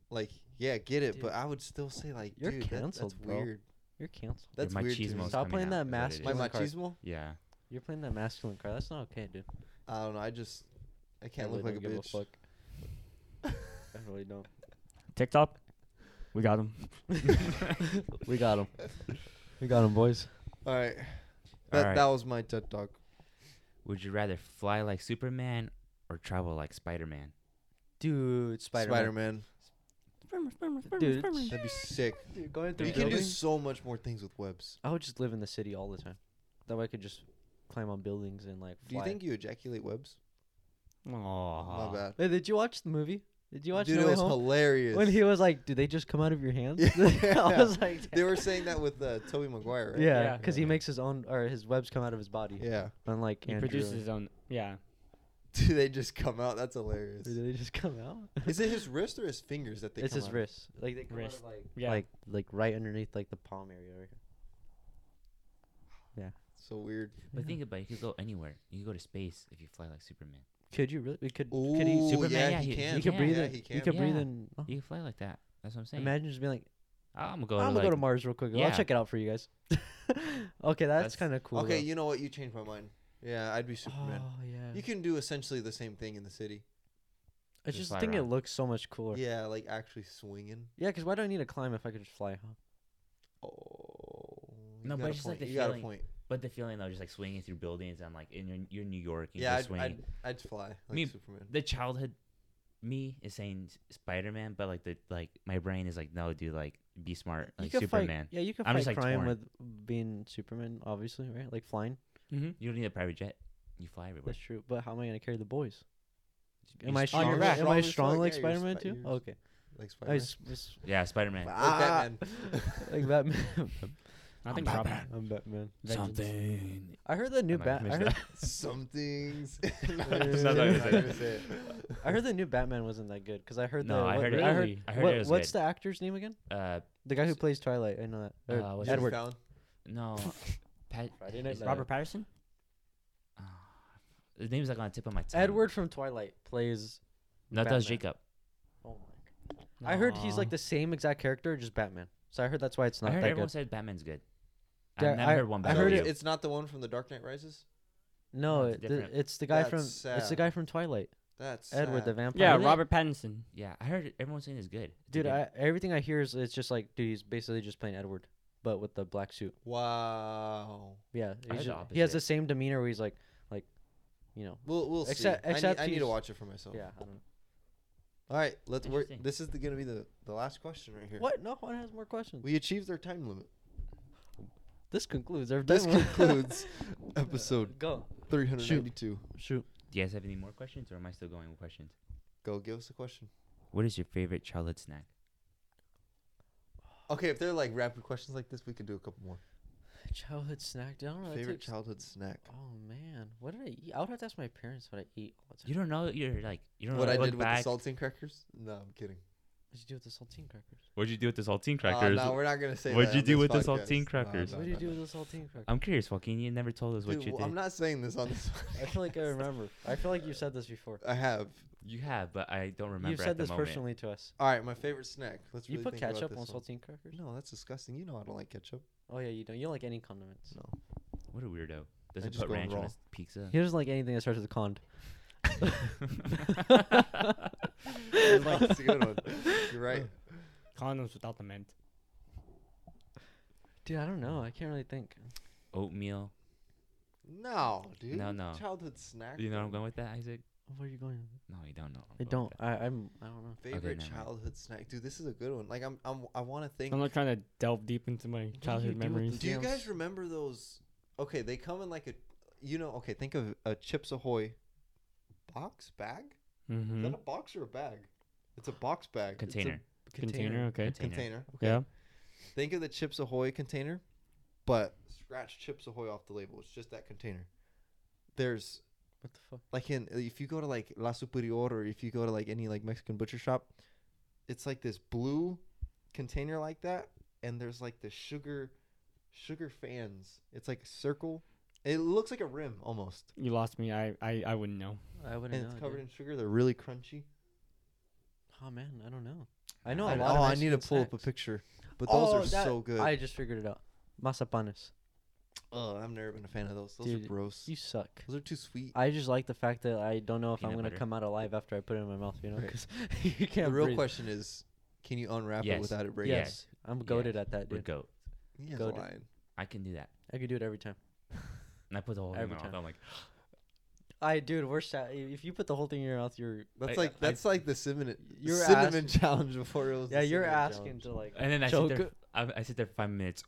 C: Like, yeah, get it.
A: Dude.
C: but I would still say like,
A: You're
C: dude, that- that's
A: canceled, bro.
C: weird.
A: You're canceled.
C: That's
B: Your
C: weird. to
B: machismo's
C: me.
A: Stop
B: coming
A: playing
B: out,
A: that
B: is what it
C: My
A: masculine-
B: is.
A: Feeling card.
C: machismo.
B: Yeah.
A: You're playing that masculine card. That's not okay, dude.
C: I don't know. I just I can't
A: I really
C: look like a
A: don't give
C: bitch.
A: I really don't.
D: TikTok, we got him.
A: We got him. We got him, boys.
C: All right. That
B: right.
C: that was my TED talk.
B: Would you rather fly like Superman or travel like Spider-Man?
A: Dude, Spider
C: Spider
A: Man.
C: Man.
A: Dude,
C: That'd be sick.
A: Dude, going through
C: You
A: buildings.
C: can do so much more things with webs.
A: I would just live in the city all the time. That way I could just climb on buildings and like.
C: Do you
A: fly.
C: think you ejaculate webs?
D: Oh,
C: My bad.
A: Hey, did you watch the movie? Did you watch
C: Dude,
A: No
C: it
A: Way
C: was
A: Home?
C: hilarious.
A: When he was like, "Do they just come out of your hands?" I
C: Yeah.
A: was like,
C: they were saying that with uh, Toby Maguire, right?
A: "Yeah,"
D: Yeah.
A: because he makes his own or his webs come out of his body.
C: Yeah.
A: Unlike
D: he
A: Andrew.
D: produces his own. Yeah,
C: Do they just come out? That's hilarious.
A: Or do they just come out?
C: Is it his wrist or his fingers that they
A: it's
C: come
A: his
C: out?
A: wrist. Like they come out of,
D: Wrist.
A: like
D: yeah.
A: like like right underneath like the palm area. Right here.
C: So weird.
B: But
A: Yeah.
B: think about it. You could go anywhere. You could go to space if you fly like Superman.
A: Could you really? We could.
C: Ooh,
A: could he?
B: Superman,
C: yeah,
B: yeah,
C: he,
B: he-
C: can.
A: he could breathe
C: Yeah,
A: in.
C: he
A: He,
C: can.
A: could breathe
B: Yeah.
A: in. oh,
B: You could fly like that. That's what I'm saying.
A: imagine just being like,
B: I'm gonna go.
A: "I'm
B: to,
A: gonna go to
B: like-
A: Mars real quick. I'll
B: Yeah.
A: check it out for you guys." okay, that's,
B: That's-
A: kind of cool.
C: okay,
A: though.
C: you know what? You changed my mind. Yeah, I'd be Superman.
A: Oh yeah.
C: You can do essentially the same thing in the city.
A: I
B: Just
A: just
B: fly
A: think it
B: around.
A: looks so much cooler. Yeah,
C: Yeah, like actually swinging.
A: 'cause why do I need to climb if I could just fly? Huh?
C: Oh. you
B: No, but
C: got a
B: it's just like
C: point.
B: the
C: you got a
B: feeling.
C: point.
B: But the feeling though, just like swinging through buildings and like in your, you're New York, and
C: Yeah,
B: you're
C: I'd,
B: swinging.
C: I'd, I'd fly like
B: Me-
C: Superman.
B: the childhood me is saying Spider Man, but like the like my brain is like, no, dude, like be smart, like
A: you could
B: Superman.
A: Fight, yeah, you can
B: I'm
A: fight
B: just, like,
A: crime
B: torn.
A: with being Superman, obviously, right? Like flying.
D: Mm-hmm.
B: You don't need a private jet. You fly everywhere.
A: That's true. But how am I gonna carry the boys?
B: Be
A: Am I
B: strong.
A: strong?
D: your
A: as-
D: back.
A: Am
C: Strong
A: I
C: as
A: strong
C: fuck,
A: like
C: yeah, you're
A: Spider-Man
C: spi-
A: too?
C: you're
A: Okay.
C: like
A: I
C: Spider-Man.
A: was, was
B: Yeah, Spider Man.
C: Or
A: Ah.
C: Batman.
A: like Batman.
D: I think Robin.
A: I'm Batman.
B: Something.
A: I heard the new
B: I might have
A: Bat. I
B: missed
A: heard,
C: Some things.
A: That's
B: not what I said.
A: I heard the new Batman wasn't that good because I heard
B: No,
A: the.
B: I
A: what-
B: heard
D: it-
A: I heard.
D: Really?
B: I heard
A: what-
B: it was
A: what's
B: good.
A: the actor's name again?
B: Uh,
A: The guy who plays Twilight. I know that. Or
B: Uh, what's his
A: Edward.
C: Found.
B: no. Pat,
A: Friday Night
B: is it-
A: Lights.
D: Robert Patterson.
B: Uh, his name's like on the tip of my tongue.
A: Edward from Twilight plays.
B: No, that was
A: Batman.
B: Jacob.
A: Oh my. God. I heard he's like the same exact character, just Batman. So I heard that's why it's
B: I
A: not
B: heard
A: that
B: everyone
A: good.
B: said Batman's good.
A: Yeah,
B: I've never
A: I-
B: heard one
A: I
B: bad
C: I
A: heard
C: heard
A: it-
B: review.
C: It's not the one from The Dark Knight Rises.
A: No,
B: it's
A: it, the,
B: different.
A: it's the guy
C: That's
A: from. It's the
C: sad.
A: guy from Twilight.
C: That's
A: Edward the
C: sad.
A: vampire.
D: Yeah,
B: Really?
D: Robert Pattinson.
B: Yeah, I heard it- everyone saying it's good. It's a
A: Dude,
B: good-
A: I, everything I hear is it's just like, dude, he's basically just playing Edward, but with the black suit.
C: Wow.
A: Yeah,
B: I
A: he's
B: heard the
A: ju- he has the
B: opposite.
A: same demeanor where he's like, like, you know,
C: We'll we'll
A: Except-
C: see.
A: except
C: I, need, I need to
A: he's-
C: watch it for myself.
A: yeah. I don't know.
C: All right. Let's work.
B: Interesting.
C: This is the, gonna be the the last question right here.
A: What? No one has more questions.
C: We achieved our time limit.
A: this concludes. Our
C: This
A: time limit.
C: concludes episode
A: Go
C: 392.
A: shoot.
B: Do you guys have any more questions, or am I still going with questions?
C: Go give us a question.
B: What is your favorite childhood snack?
C: Okay, if they're like rapid questions like this, we could do a couple more.
A: Childhood snack. Dude, I don't know. that's
C: Favorite
A: ex-
C: childhood snack.
A: Oh man, what did I eat? I would have to ask my parents what I eat all the time.
B: You don't know you're like you don't
C: What
B: know,
C: I
B: look
C: did with the
B: back-
C: saltine crackers? No, I'm kidding.
A: What'd you do with the saltine crackers?
B: What'd you do with the saltine
C: Uh,
B: crackers?
C: no, we're not gonna say.
B: What'd
C: that
B: you
C: on
B: do
C: this
B: with the
C: podcast.
B: saltine
C: No,
B: crackers?
C: no,
A: what do you
C: no,
A: do
C: no.
A: with the saltine crackers?
B: I'm curious, Joaquin. You never told us what
C: Dude,
B: you
C: well,
B: did.
C: I'm not saying this on this.
A: I feel like I remember. I feel like you said this before.
C: I have.
B: you have, but I don't remember.
A: You've
B: at
A: said
B: the
A: this
B: moment.
A: personally to us.
C: All right, my favorite snack. Let's
A: you
C: really
A: put
C: think about
A: ketchup
C: this
A: on
C: one.
A: saltine crackers?
C: No, that's disgusting. You know I don't like ketchup.
A: Oh yeah, you don't. You don't like any condiments.
C: No.
B: What a weirdo. Doesn't
C: just
B: put
C: go
B: ranch on
C: raw.
B: his pizza.
A: He doesn't like anything that starts with a cond.
C: It's like- it's a good one. You're right.
D: Condoms without the mint.
A: Dude, I don't know. I can't really think.
B: Oatmeal.
C: No, dude.
B: No, no.
C: Childhood snack.
B: You know where I'm going with that, Isaac?
A: Where are you going? with
B: No, you don't know. where
A: it?
B: I'm
A: I
B: going
A: don't.
B: with that.
A: I, I'm. I don't know.
C: Favorite
B: never mind.
C: childhood snack, dude. This is a good one. Like I'm, I'm I want to think.
D: I'm not trying to delve deep into my
A: you
D: childhood
A: do with
D: memories.
A: the-
C: Do you
A: Yeah.
C: guys remember those? Okay, they come in like a, you know. Okay, think of a Chips Ahoy box bag. Is
D: Mm-hmm.
A: Hmm?
C: that a box or a bag? It's a box bag. It's a
B: Container.
D: Container, okay.
C: Container.
B: Container.
C: Okay.
D: Yeah.
C: Think of the Chips Ahoy container, but scratch Chips Ahoy off the label. It's just that container. There's
A: What the fuck?
C: like in if you go to like La Superior or if you go to like any like Mexican butcher shop, it's like this blue container like that, and there's like the sugar sugar fans. It's like a circle. It looks like a rim almost,
D: You lost me. I, I, I wouldn't know.
A: I wouldn't
C: and
A: know.
C: it's
A: dude.
C: covered in sugar. They're really crunchy.
A: Oh man, I don't know. I know a
C: I,
A: lot.
C: oh,
A: of
C: I need to
A: Mexican
C: pull up a
A: snacks.
C: picture, but those
A: Oh,
C: are
A: that-
C: so good.
A: I just figured it out. Mazapanes.
C: Ugh, I've Oh, never been a fan of those. Those
A: Dude,
C: are gross.
A: You suck.
C: Those are too sweet.
A: I just like the fact that I don't know if I'm
B: Peanut
A: gonna
B: butter.
A: come out alive after I put it in my mouth. You know,
C: Right.
A: because you can't.
C: the real
A: breathe.
C: question is, can you unwrap it
B: Yes.
C: without it breaking?
A: Yes, I'm goaded at that,
B: We're
A: dude.
B: goat.
C: He has a
A: Go to-
C: line.
B: I can do that.
A: I could do it every time.
B: And I put the whole thing in
A: Every
B: my mouth.
A: time.
B: I'm like,
A: I, dude, we're sad. If you put the whole thing in your mouth, you're.
C: That's
B: I-
C: like
B: I-
C: that's like the cinnamon
A: You're
C: cinnamon challenge before it was.
A: Yeah,
C: the
A: you're
C: cinnamon
A: asking
C: challenge.
A: to like
B: and then I sit,
A: choke,
B: there, I, I sit there for five minutes.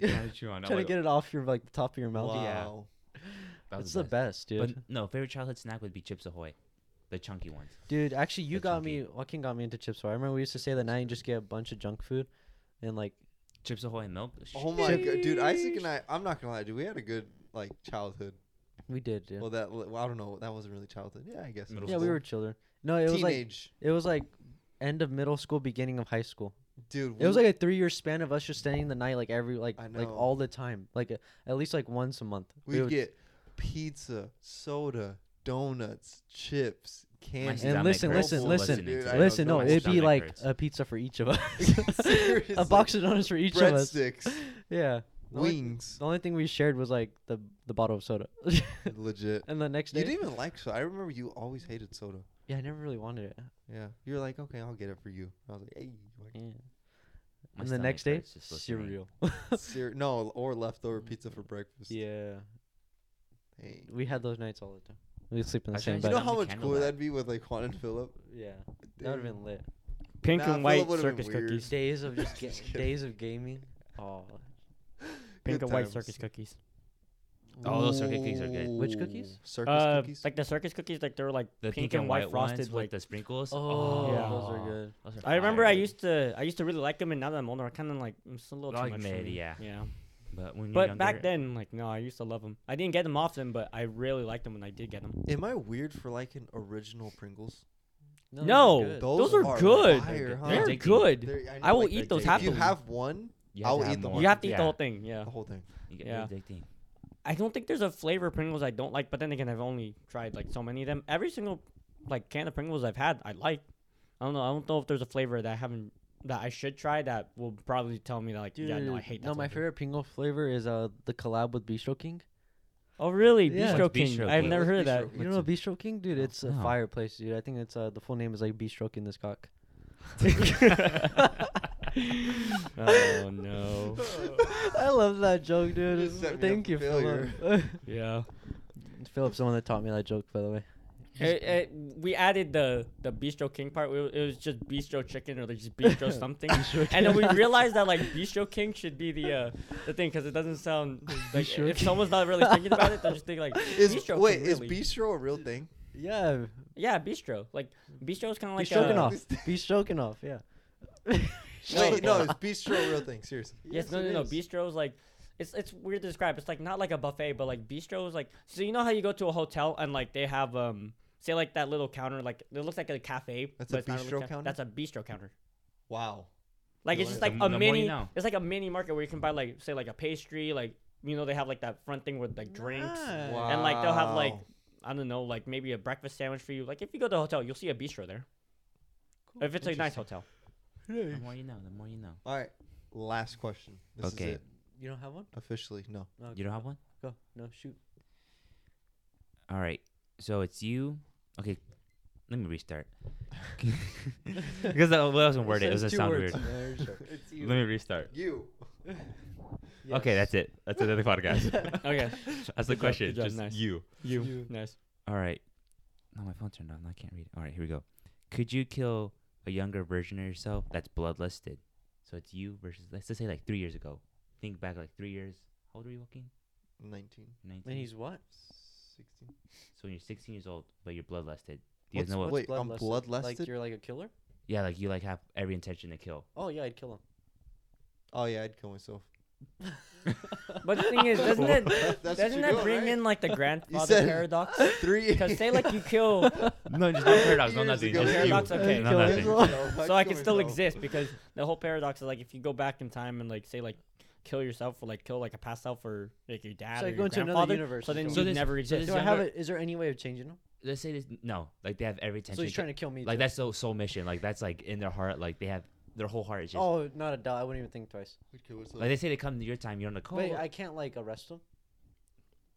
B: trying to chew on. it. I'm
A: trying to
B: like,
A: get it off your like the top of your mouth.
C: Wow.
B: Yeah. that was
A: It's the best, dude.
B: But no, favorite childhood snack would be Chips Ahoy, the chunky ones.
A: Dude, actually, you
B: The
A: got
B: chunky.
A: me. Joaquin got me into chips. Ahoy. I remember we used to say that now you just get a bunch of junk food, and like
B: Chips Ahoy and milk. Sh-
C: Oh my god, dude! Isaac and I, I'm not gonna lie, dude. We had a good like childhood.
A: we did, dude.
C: Well, that well, I don't know. That wasn't really childhood. Yeah, I guess. it
B: Middle
C: was.
A: yeah, we were children. No, it was like
C: teenage,
A: it was like end of middle school, beginning of high school.
C: dude.
A: It was
C: we-
A: like a three year span of us just staying the night like every like
C: I
A: like
C: know.
A: all the time, like a, at least like once a month.
C: we'd
A: would-
C: get pizza, soda, donuts, chips,
B: My
C: candy.
A: And
B: stomach
A: listen,
B: hurts
A: listen,
B: listening
A: listen,
B: to
C: dude,
B: it.
C: I
A: Listen,
C: know
A: no,
B: My
C: what
A: it'd be
B: stomach
A: like
B: hurts.
A: a pizza for each of us,
C: Seriously.
A: a box of donuts for each of us.
C: breadsticks,
A: Yeah, The only-
C: wings,
A: The only thing we shared was like the the bottle of soda,
C: legit.
A: and the next day.
C: You didn't even like soda. I remember you always hated soda.
A: Yeah, I never really wanted it.
C: Yeah, you were like, okay, I'll get it for you. I was like, hey, you
A: Yeah.
B: My
A: and the
B: stomach
A: next day,
B: hurts just listening.
A: cereal.
C: like ser- no, or leftover pizza for breakfast.
A: yeah,
C: Hey.
A: we had those nights all the time. We'd sleep in the
B: I
A: same
B: tried
A: bed.
B: to-
C: You know
B: on
C: how
B: the
C: much
B: candle
C: cooler
B: light.
C: that'd be with like Juan and Philip.
A: yeah, that would have
C: Dude.
A: been lit.
D: Pink
C: Nah,
D: and
C: Philip
D: white
C: would've been
D: circus
C: weird.
D: cookies.
A: Days of just ga-
C: Just kidding.
A: days of gaming. Oh,
D: Pink
C: Good
D: and white
C: times.
D: circus cookies.
B: Oh, those circuit cookies are good.
A: Which cookies?
C: Circus
D: uh,
C: cookies.
D: like the circus cookies, like they were like
B: The pink, and white, frosted with the sprinkles.
A: oh,
D: yeah.
A: those are good.
B: those are
D: I remember I
B: fire.
D: used to I used to really like them, and now that I'm older, I kind of like I'm just a little
B: Like
D: too much. for
B: mid,
D: me.
B: yeah.
D: Yeah.
B: But when you're
D: But back
B: younger-
D: then, like no, I used to love them. I didn't get them often, but I really liked them when I did get them.
C: Am I weird for liking original Pringles?
A: those are
D: No,
A: good.
D: Those are good.
C: Fire, huh?
D: They're
B: Addicting.
D: good.
C: They're-
D: I will
C: like,
D: eat
C: they're
D: those,
C: tasty.
D: half
C: If you
D: of 'em.
C: have one,
B: you have
C: I'll
B: to have
C: eat them.
B: more.
D: You have to eat
B: Yeah.
D: the whole thing. Yeah.
C: the whole thing.
B: You get
D: Yeah.
B: they're addicting.
D: I don't think there's a flavor of Pringles I don't like, but then again, I've only tried like so many of them. Every single like can of Pringles I've had, I like. I don't know. I don't know if there's a flavor that I haven't that I should try that will probably tell me that like yeah, no, I
A: Dude,
D: hate that.
A: No, my
D: flavor.
A: favorite Pringle flavor is uh the collab with Bistro King.
D: Oh really?
A: Yeah.
D: Bistro
B: What's
D: King.
B: Bistro
D: I've
B: King?
D: never
C: What's
D: heard of that.
C: Bistro King?
A: You don't know Bistro King, dude? It's a
B: No.
A: fireplace, dude. I think it's uh the full name is like Bistro King this cock.
D: oh no.
A: I love that joke, dude.
C: You just set me up
A: Thank
C: for
A: you, Philip.
D: Yeah.
A: Philip's the one that taught me that joke, by the way.
D: It, it, we added the the Bistro King part. We, it was just Bistro Chicken or like just Bistro something. and then we realized that like Bistro King should be the uh, the thing because it doesn't sound like
A: Bistro
D: if
A: King.
D: someone's not really thinking about it, they'll just think like
C: Is,
D: Bistro.
C: wait,
D: King,
C: is
D: really.
C: bistro a real thing?
A: Yeah,
D: yeah Bistro like Bistro is kind of like
A: Bistro
D: a,
A: off. Bistrokin off. Yeah.
C: Wait, no,
D: No.
C: is bistro a real thing? Seriously.
D: yes no no no Bistro is like. It's, it's weird to describe. It's like not like a buffet, but like bistro is like so you know how you go to a hotel and like they have um say like that little counter like it looks like a cafe.
C: That's a
D: but it's not really
C: bistro
D: ca-
C: counter?
D: That's a bistro counter.
C: Wow.
D: Like
C: Yeah,
D: it's just
C: the
D: like
B: m-
D: a
B: the more you
D: mini.
B: know.
D: It's like a mini market where you can buy like say like a pastry, like you know they have like that front thing with like drinks,
A: Nice.
C: Wow.
D: and like they'll have like
C: Wow.
D: I don't know like maybe a breakfast sandwich for you. Like if you go to a hotel, you'll see a bistro there. if it's a nice hotel,
B: The more you know, the more you know.
C: All right. Last question. This
B: Okay.
C: is it.
A: You don't have one?
C: Officially, no.
A: No,
B: You don't have one?
A: go. No, shoot.
B: All right. So it's you. Okay. Let me restart. because that wasn't worded. It
A: says
B: doesn't
A: two
B: sound
A: words.
B: weird.
A: Yeah, you're sure.
C: It's
B: Let me restart.
C: You.
B: Okay, that's it. That's another podcast.
D: Okay.
B: That's the
D: Good job,
B: question.
D: good job,
B: Just
D: nice.
B: you.
D: You.
C: You.
D: Nice.
B: All right. No, my phone turned on. I can't read. All right, here we go. Could you kill a younger version of yourself that's bloodlusted? So it's you versus let's just say like three years ago. Think back like three years. How old are you looking?
C: 19,
A: And
B: Nineteen.
A: he's what?
C: 16.
B: so when you're sixteen years old, but you're bloodlusted. Do you
A: What's-
B: guys know what?
A: what's
C: Wait, I'm
A: Like
C: bloodlusted?
A: you're like a killer?
B: Yeah, like you like have every intention to kill.
A: Oh yeah, I'd kill
C: Oh yeah, I'd kill myself.
A: him.
D: But the thing is, doesn't it
C: That's what
D: doesn't
C: you're
D: that
C: doing,
D: bring
C: right?
D: in like the grandfather
C: said-
D: paradox?
C: Three.
D: Because say like you kill,
B: No, just no paradox. No
C: Years
B: nothing.
C: ago.
B: Just you.
D: Paradox, okay.
B: No
D: Kill
B: nothing.
A: yourself.
D: so I can still exist because the whole paradox is like if you go back in time and like say like kill yourself or like kill like a past self or like your dad
A: So
D: or
A: I
D: your
A: go into another
D: grandfather,
A: universe
D: so
A: and
D: then
A: go
D: you
B: into-
D: never
B: so
D: exist.
A: Do I have it? Is there any way of changing him?
B: Let's say this. No, like they have every intention.
A: So he's
B: to
A: trying to kill me.
B: like
A: too.
B: that's the sole mission. Like that's like in their heart. Like they have their whole heart is just.
A: Oh, not a doubt. I wouldn't even think twice.
B: Like they say they come to your time, you're on the call.
A: Wait, I can't like arrest him.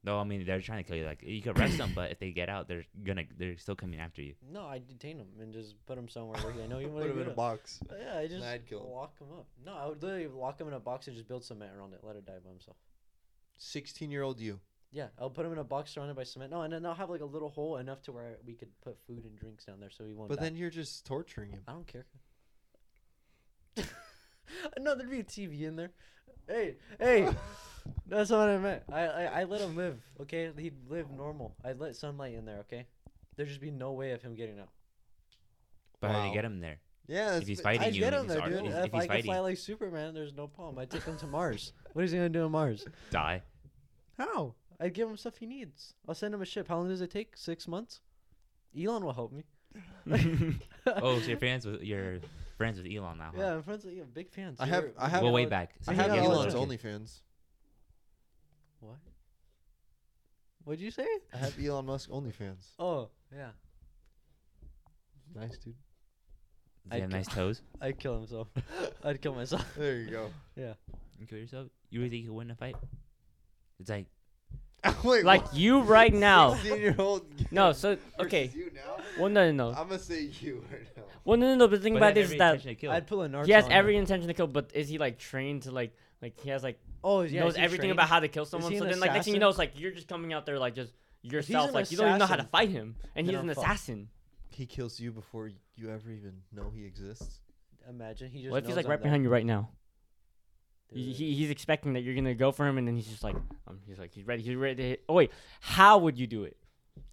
B: no, I mean they're trying to kill you. Like you could arrest them, but if they get out, they're gonna they're still coming after you.
A: No, I detain him and just put him somewhere where he, I know he
C: Put
A: wouldn't
C: him in a
A: get him.
C: box.
A: Yeah, I just
C: I'd kill him.
A: lock him up. No, I would literally lock him in a box and just build cement around it. Let it die by himself.
C: Sixteen-year-old you.
A: Yeah, I'll put him in a box surrounded by cement. No, and then I'll have like a little hole enough to where we could put food and drinks down there so he won't.
C: But
A: die.
C: then you're just torturing him.
A: I don't care. no, there'd be a TV in there. Hey, hey, that's what I meant. I, I, I let him live, okay? He'd live normal. I let sunlight in there, okay? There'd just be no way of him getting out.
B: But how do you
C: Wow.
B: get him there?
C: Yeah. that's
B: If he's
C: ba-
B: fighting
A: I
B: you,
A: get
B: if
A: him
B: he's
A: there,
B: ar-
A: dude.
B: if-
A: If,
B: if he's
A: I could
B: fighting,
A: fly like Superman, there's no problem. I take him to Mars. What is he gonna do on Mars?
B: die.
A: How? I give him stuff he needs. I'll send him a ship. How long does it take? Six months. Elon will help me.
B: Oh, so you're friends with you're friends with Elon now? Huh?
A: yeah, I'm friends. with- Yeah, big fans.
C: I have-
A: We're-
C: I
A: we
B: Uh-huh.
C: have-
B: Well,
A: know
B: way
A: it-
B: back.
A: I
C: I
B: since
A: had
C: have
A: Yeah,
B: Elon was
C: Elon's
B: a kid.
C: OnlyFans.
A: What? What'd you say?
C: I have Elon Musk OnlyFans.
A: Oh, yeah.
C: Nice
B: Does
C: dude.
B: he have
A: I'd
B: nice toes?
A: I'd kill himself. I'd kill myself.
C: There you go.
B: You kill yourself? You really think you could win a fight? It's like
C: Wait,
D: Like
C: what?
D: you right now.
C: Sixteen-year-old.
D: No, so okay.
C: You now?
D: Well, no, no, no.
C: I'm gonna say you right now.
D: Well, no, no, no. But the thing
B: but
D: about
B: they
D: this
B: have
D: is
B: every
D: that
B: intention to kill.
A: I'd pull a narc.
D: he has
A: on
D: every
A: him.
D: intention to kill, but is he like trained to like like he has like
A: Oh, yeah.
D: knows
A: is he
D: everything
A: trained?
D: about how to kill someone?
A: he
D: So
A: an
D: then like next thing you
A: assassin?
D: know, it's like you're just coming out there like just yourself.
A: an
D: Like you don't even know how to
A: assassin,
D: fight him, and
A: then
D: he's
A: I'm
D: an
A: fucked.
D: assassin.
C: He kills you before you ever even know he exists.
A: Imagine he just.
D: What if he's
A: knows
D: like
A: I'm
D: right
A: there.
D: behind you right now? He,
A: Dude.
D: he- he's expecting that you're gonna go for him, and then he's just like, um, he's like, he's ready, he's ready to hit. Oh wait, how would you do it?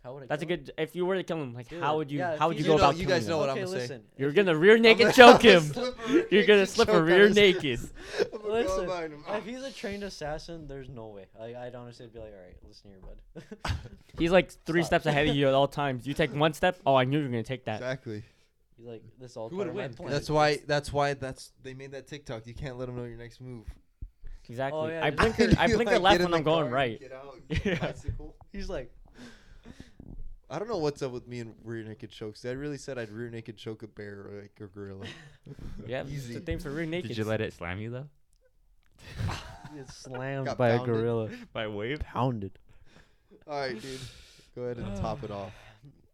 A: How would I
D: That's a
A: kill him?
D: good. If you were to kill him, like, how
A: Dude,
D: would you?
A: yeah, if
D: how would
A: he's
D: you
A: in
D: go
A: a-
D: about
C: you
D: killing
C: guys
D: him?
C: know what I'm
A: okay,
C: gonna say.
A: listen. If
D: You're
A: he-
D: gonna rear naked
C: I'm
D: choke
C: gonna
D: him.
C: slip a rear
D: You're gonna
C: naked
D: slip a
C: choke on
D: rear
C: his-
D: naked.
C: I'm gonna go
A: Listen,
C: behind him.
A: If he's a trained assassin, there's no way. I, I'd honestly be like, all right, listen here, bud.
D: He's like three
A: Stop.
D: steps ahead of you at all times. You take one step. Oh, I knew you were gonna take that.
C: Exactly.
A: he's like, this all.
B: Who
A: part
B: would
A: of my
B: win?
A: plan.
C: That's why. That's why. That's they made that TikTok. You can't let them know your next move.
D: Exactly.
A: Oh, yeah,
D: I
A: just-
D: blink. it- I
C: You,
D: blink
C: like,
D: it left
C: get in
D: when
C: the
D: I'm going
C: car,
D: right.
C: get out,
D: Yeah.
C: bicycle.
A: He's like,
C: I don't know what's up with me and rear naked chokes. I really said I'd rear naked choke a bear or like a gorilla.
D: Yeah, it's
C: Easy.
D: the thing for rear naked.
B: Did you let it slam you though?
A: it's slammed
C: Got
A: by a
C: pounded.
A: gorilla.
B: By wave?
A: Pounded.
C: All right, dude. Go ahead and top it off.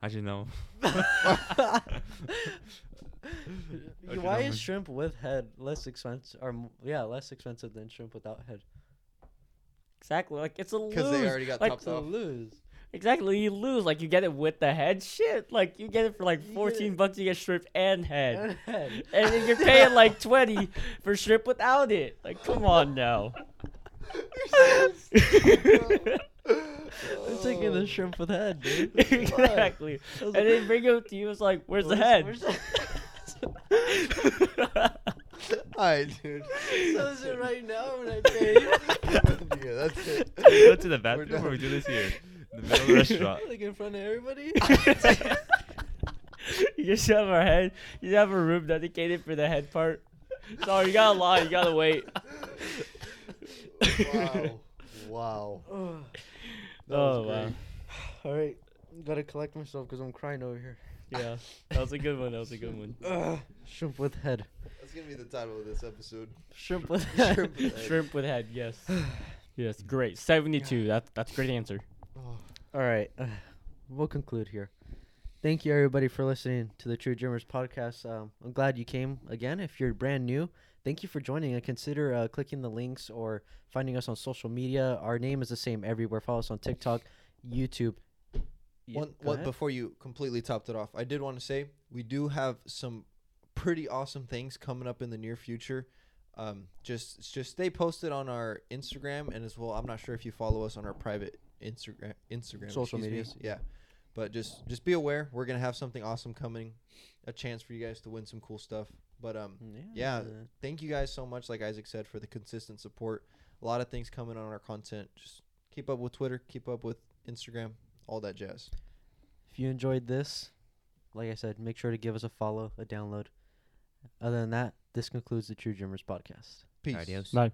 B: How'd you know? you
A: Why
B: know,
A: is
B: man?
A: shrimp with head less expensive? Or m- yeah, less expensive than shrimp without head.
D: Exactly. Like it's a lose.
C: Because they already got
D: Like,
C: topped
A: To
C: off.
A: lose.
D: Exactly, you lose. Like you get it with the head. Shit, like you get it for like
A: You get
D: fourteen
A: it-
D: bucks. You get strip and head,
A: And head.
D: and then you're paying like twenty for strip without it. Like, come on now.
A: I'm taking the shrimp with head, dude.
D: exactly, and they bring it to you. It's like, where's the head?
C: All right, dude.
A: so is it right now when I pay you?
C: yeah, that's it.
B: Go to the bathroom
C: done.
B: or we do this here. In the middle of the restaurant.
A: like in front of everybody?
D: you just have our head. You have a room dedicated for the head part. Sorry, you gotta lie. You gotta wait.
C: Wow. Wow.
A: oh,
C: That was
D: Oh, wow.
C: great.
A: all right. Gotta collect myself because I'm crying over here.
D: Yeah, that was a good one. That was a good one.
A: Ugh, shrimp with head.
C: That's gonna be the title of this episode.
A: Shrimp with head.
C: Shrimp with egg.
D: Shrimp with head. Yes. Yes. Great. Seventy-two. That that's a great answer.
C: Oh,
A: All right. we'll conclude here. Thank you everybody for listening to the True Dreamers podcast. Um, I'm glad you came again. If you're brand new, thank you for joining and consider uh, clicking the links or finding us on social media. Our name is the same everywhere. Follow us on TikTok, YouTube. Ye-
C: One,
A: go
C: one
A: ahead.
C: before you completely topped it off, I did want to say we do have some pretty awesome things coming up in the near future. Um, just just stay posted on our Instagram and as well. I'm not sure if you follow us on our private Instagram Instagram
A: Social
C: excuse me.
A: medias.
C: Yeah, but just just be aware we're gonna have something awesome coming, a chance for you guys to win some cool stuff. But um, Yeah.
A: uh,
C: thank you guys so much like isaac said for the consistent support a lot of things coming on our content just keep up with twitter keep up with instagram all that jazz
A: If you enjoyed this, like I said, make sure to give us a follow, a download. Other than that, this concludes the True Dreamers podcast.
C: peace
B: Adios.
D: Bye.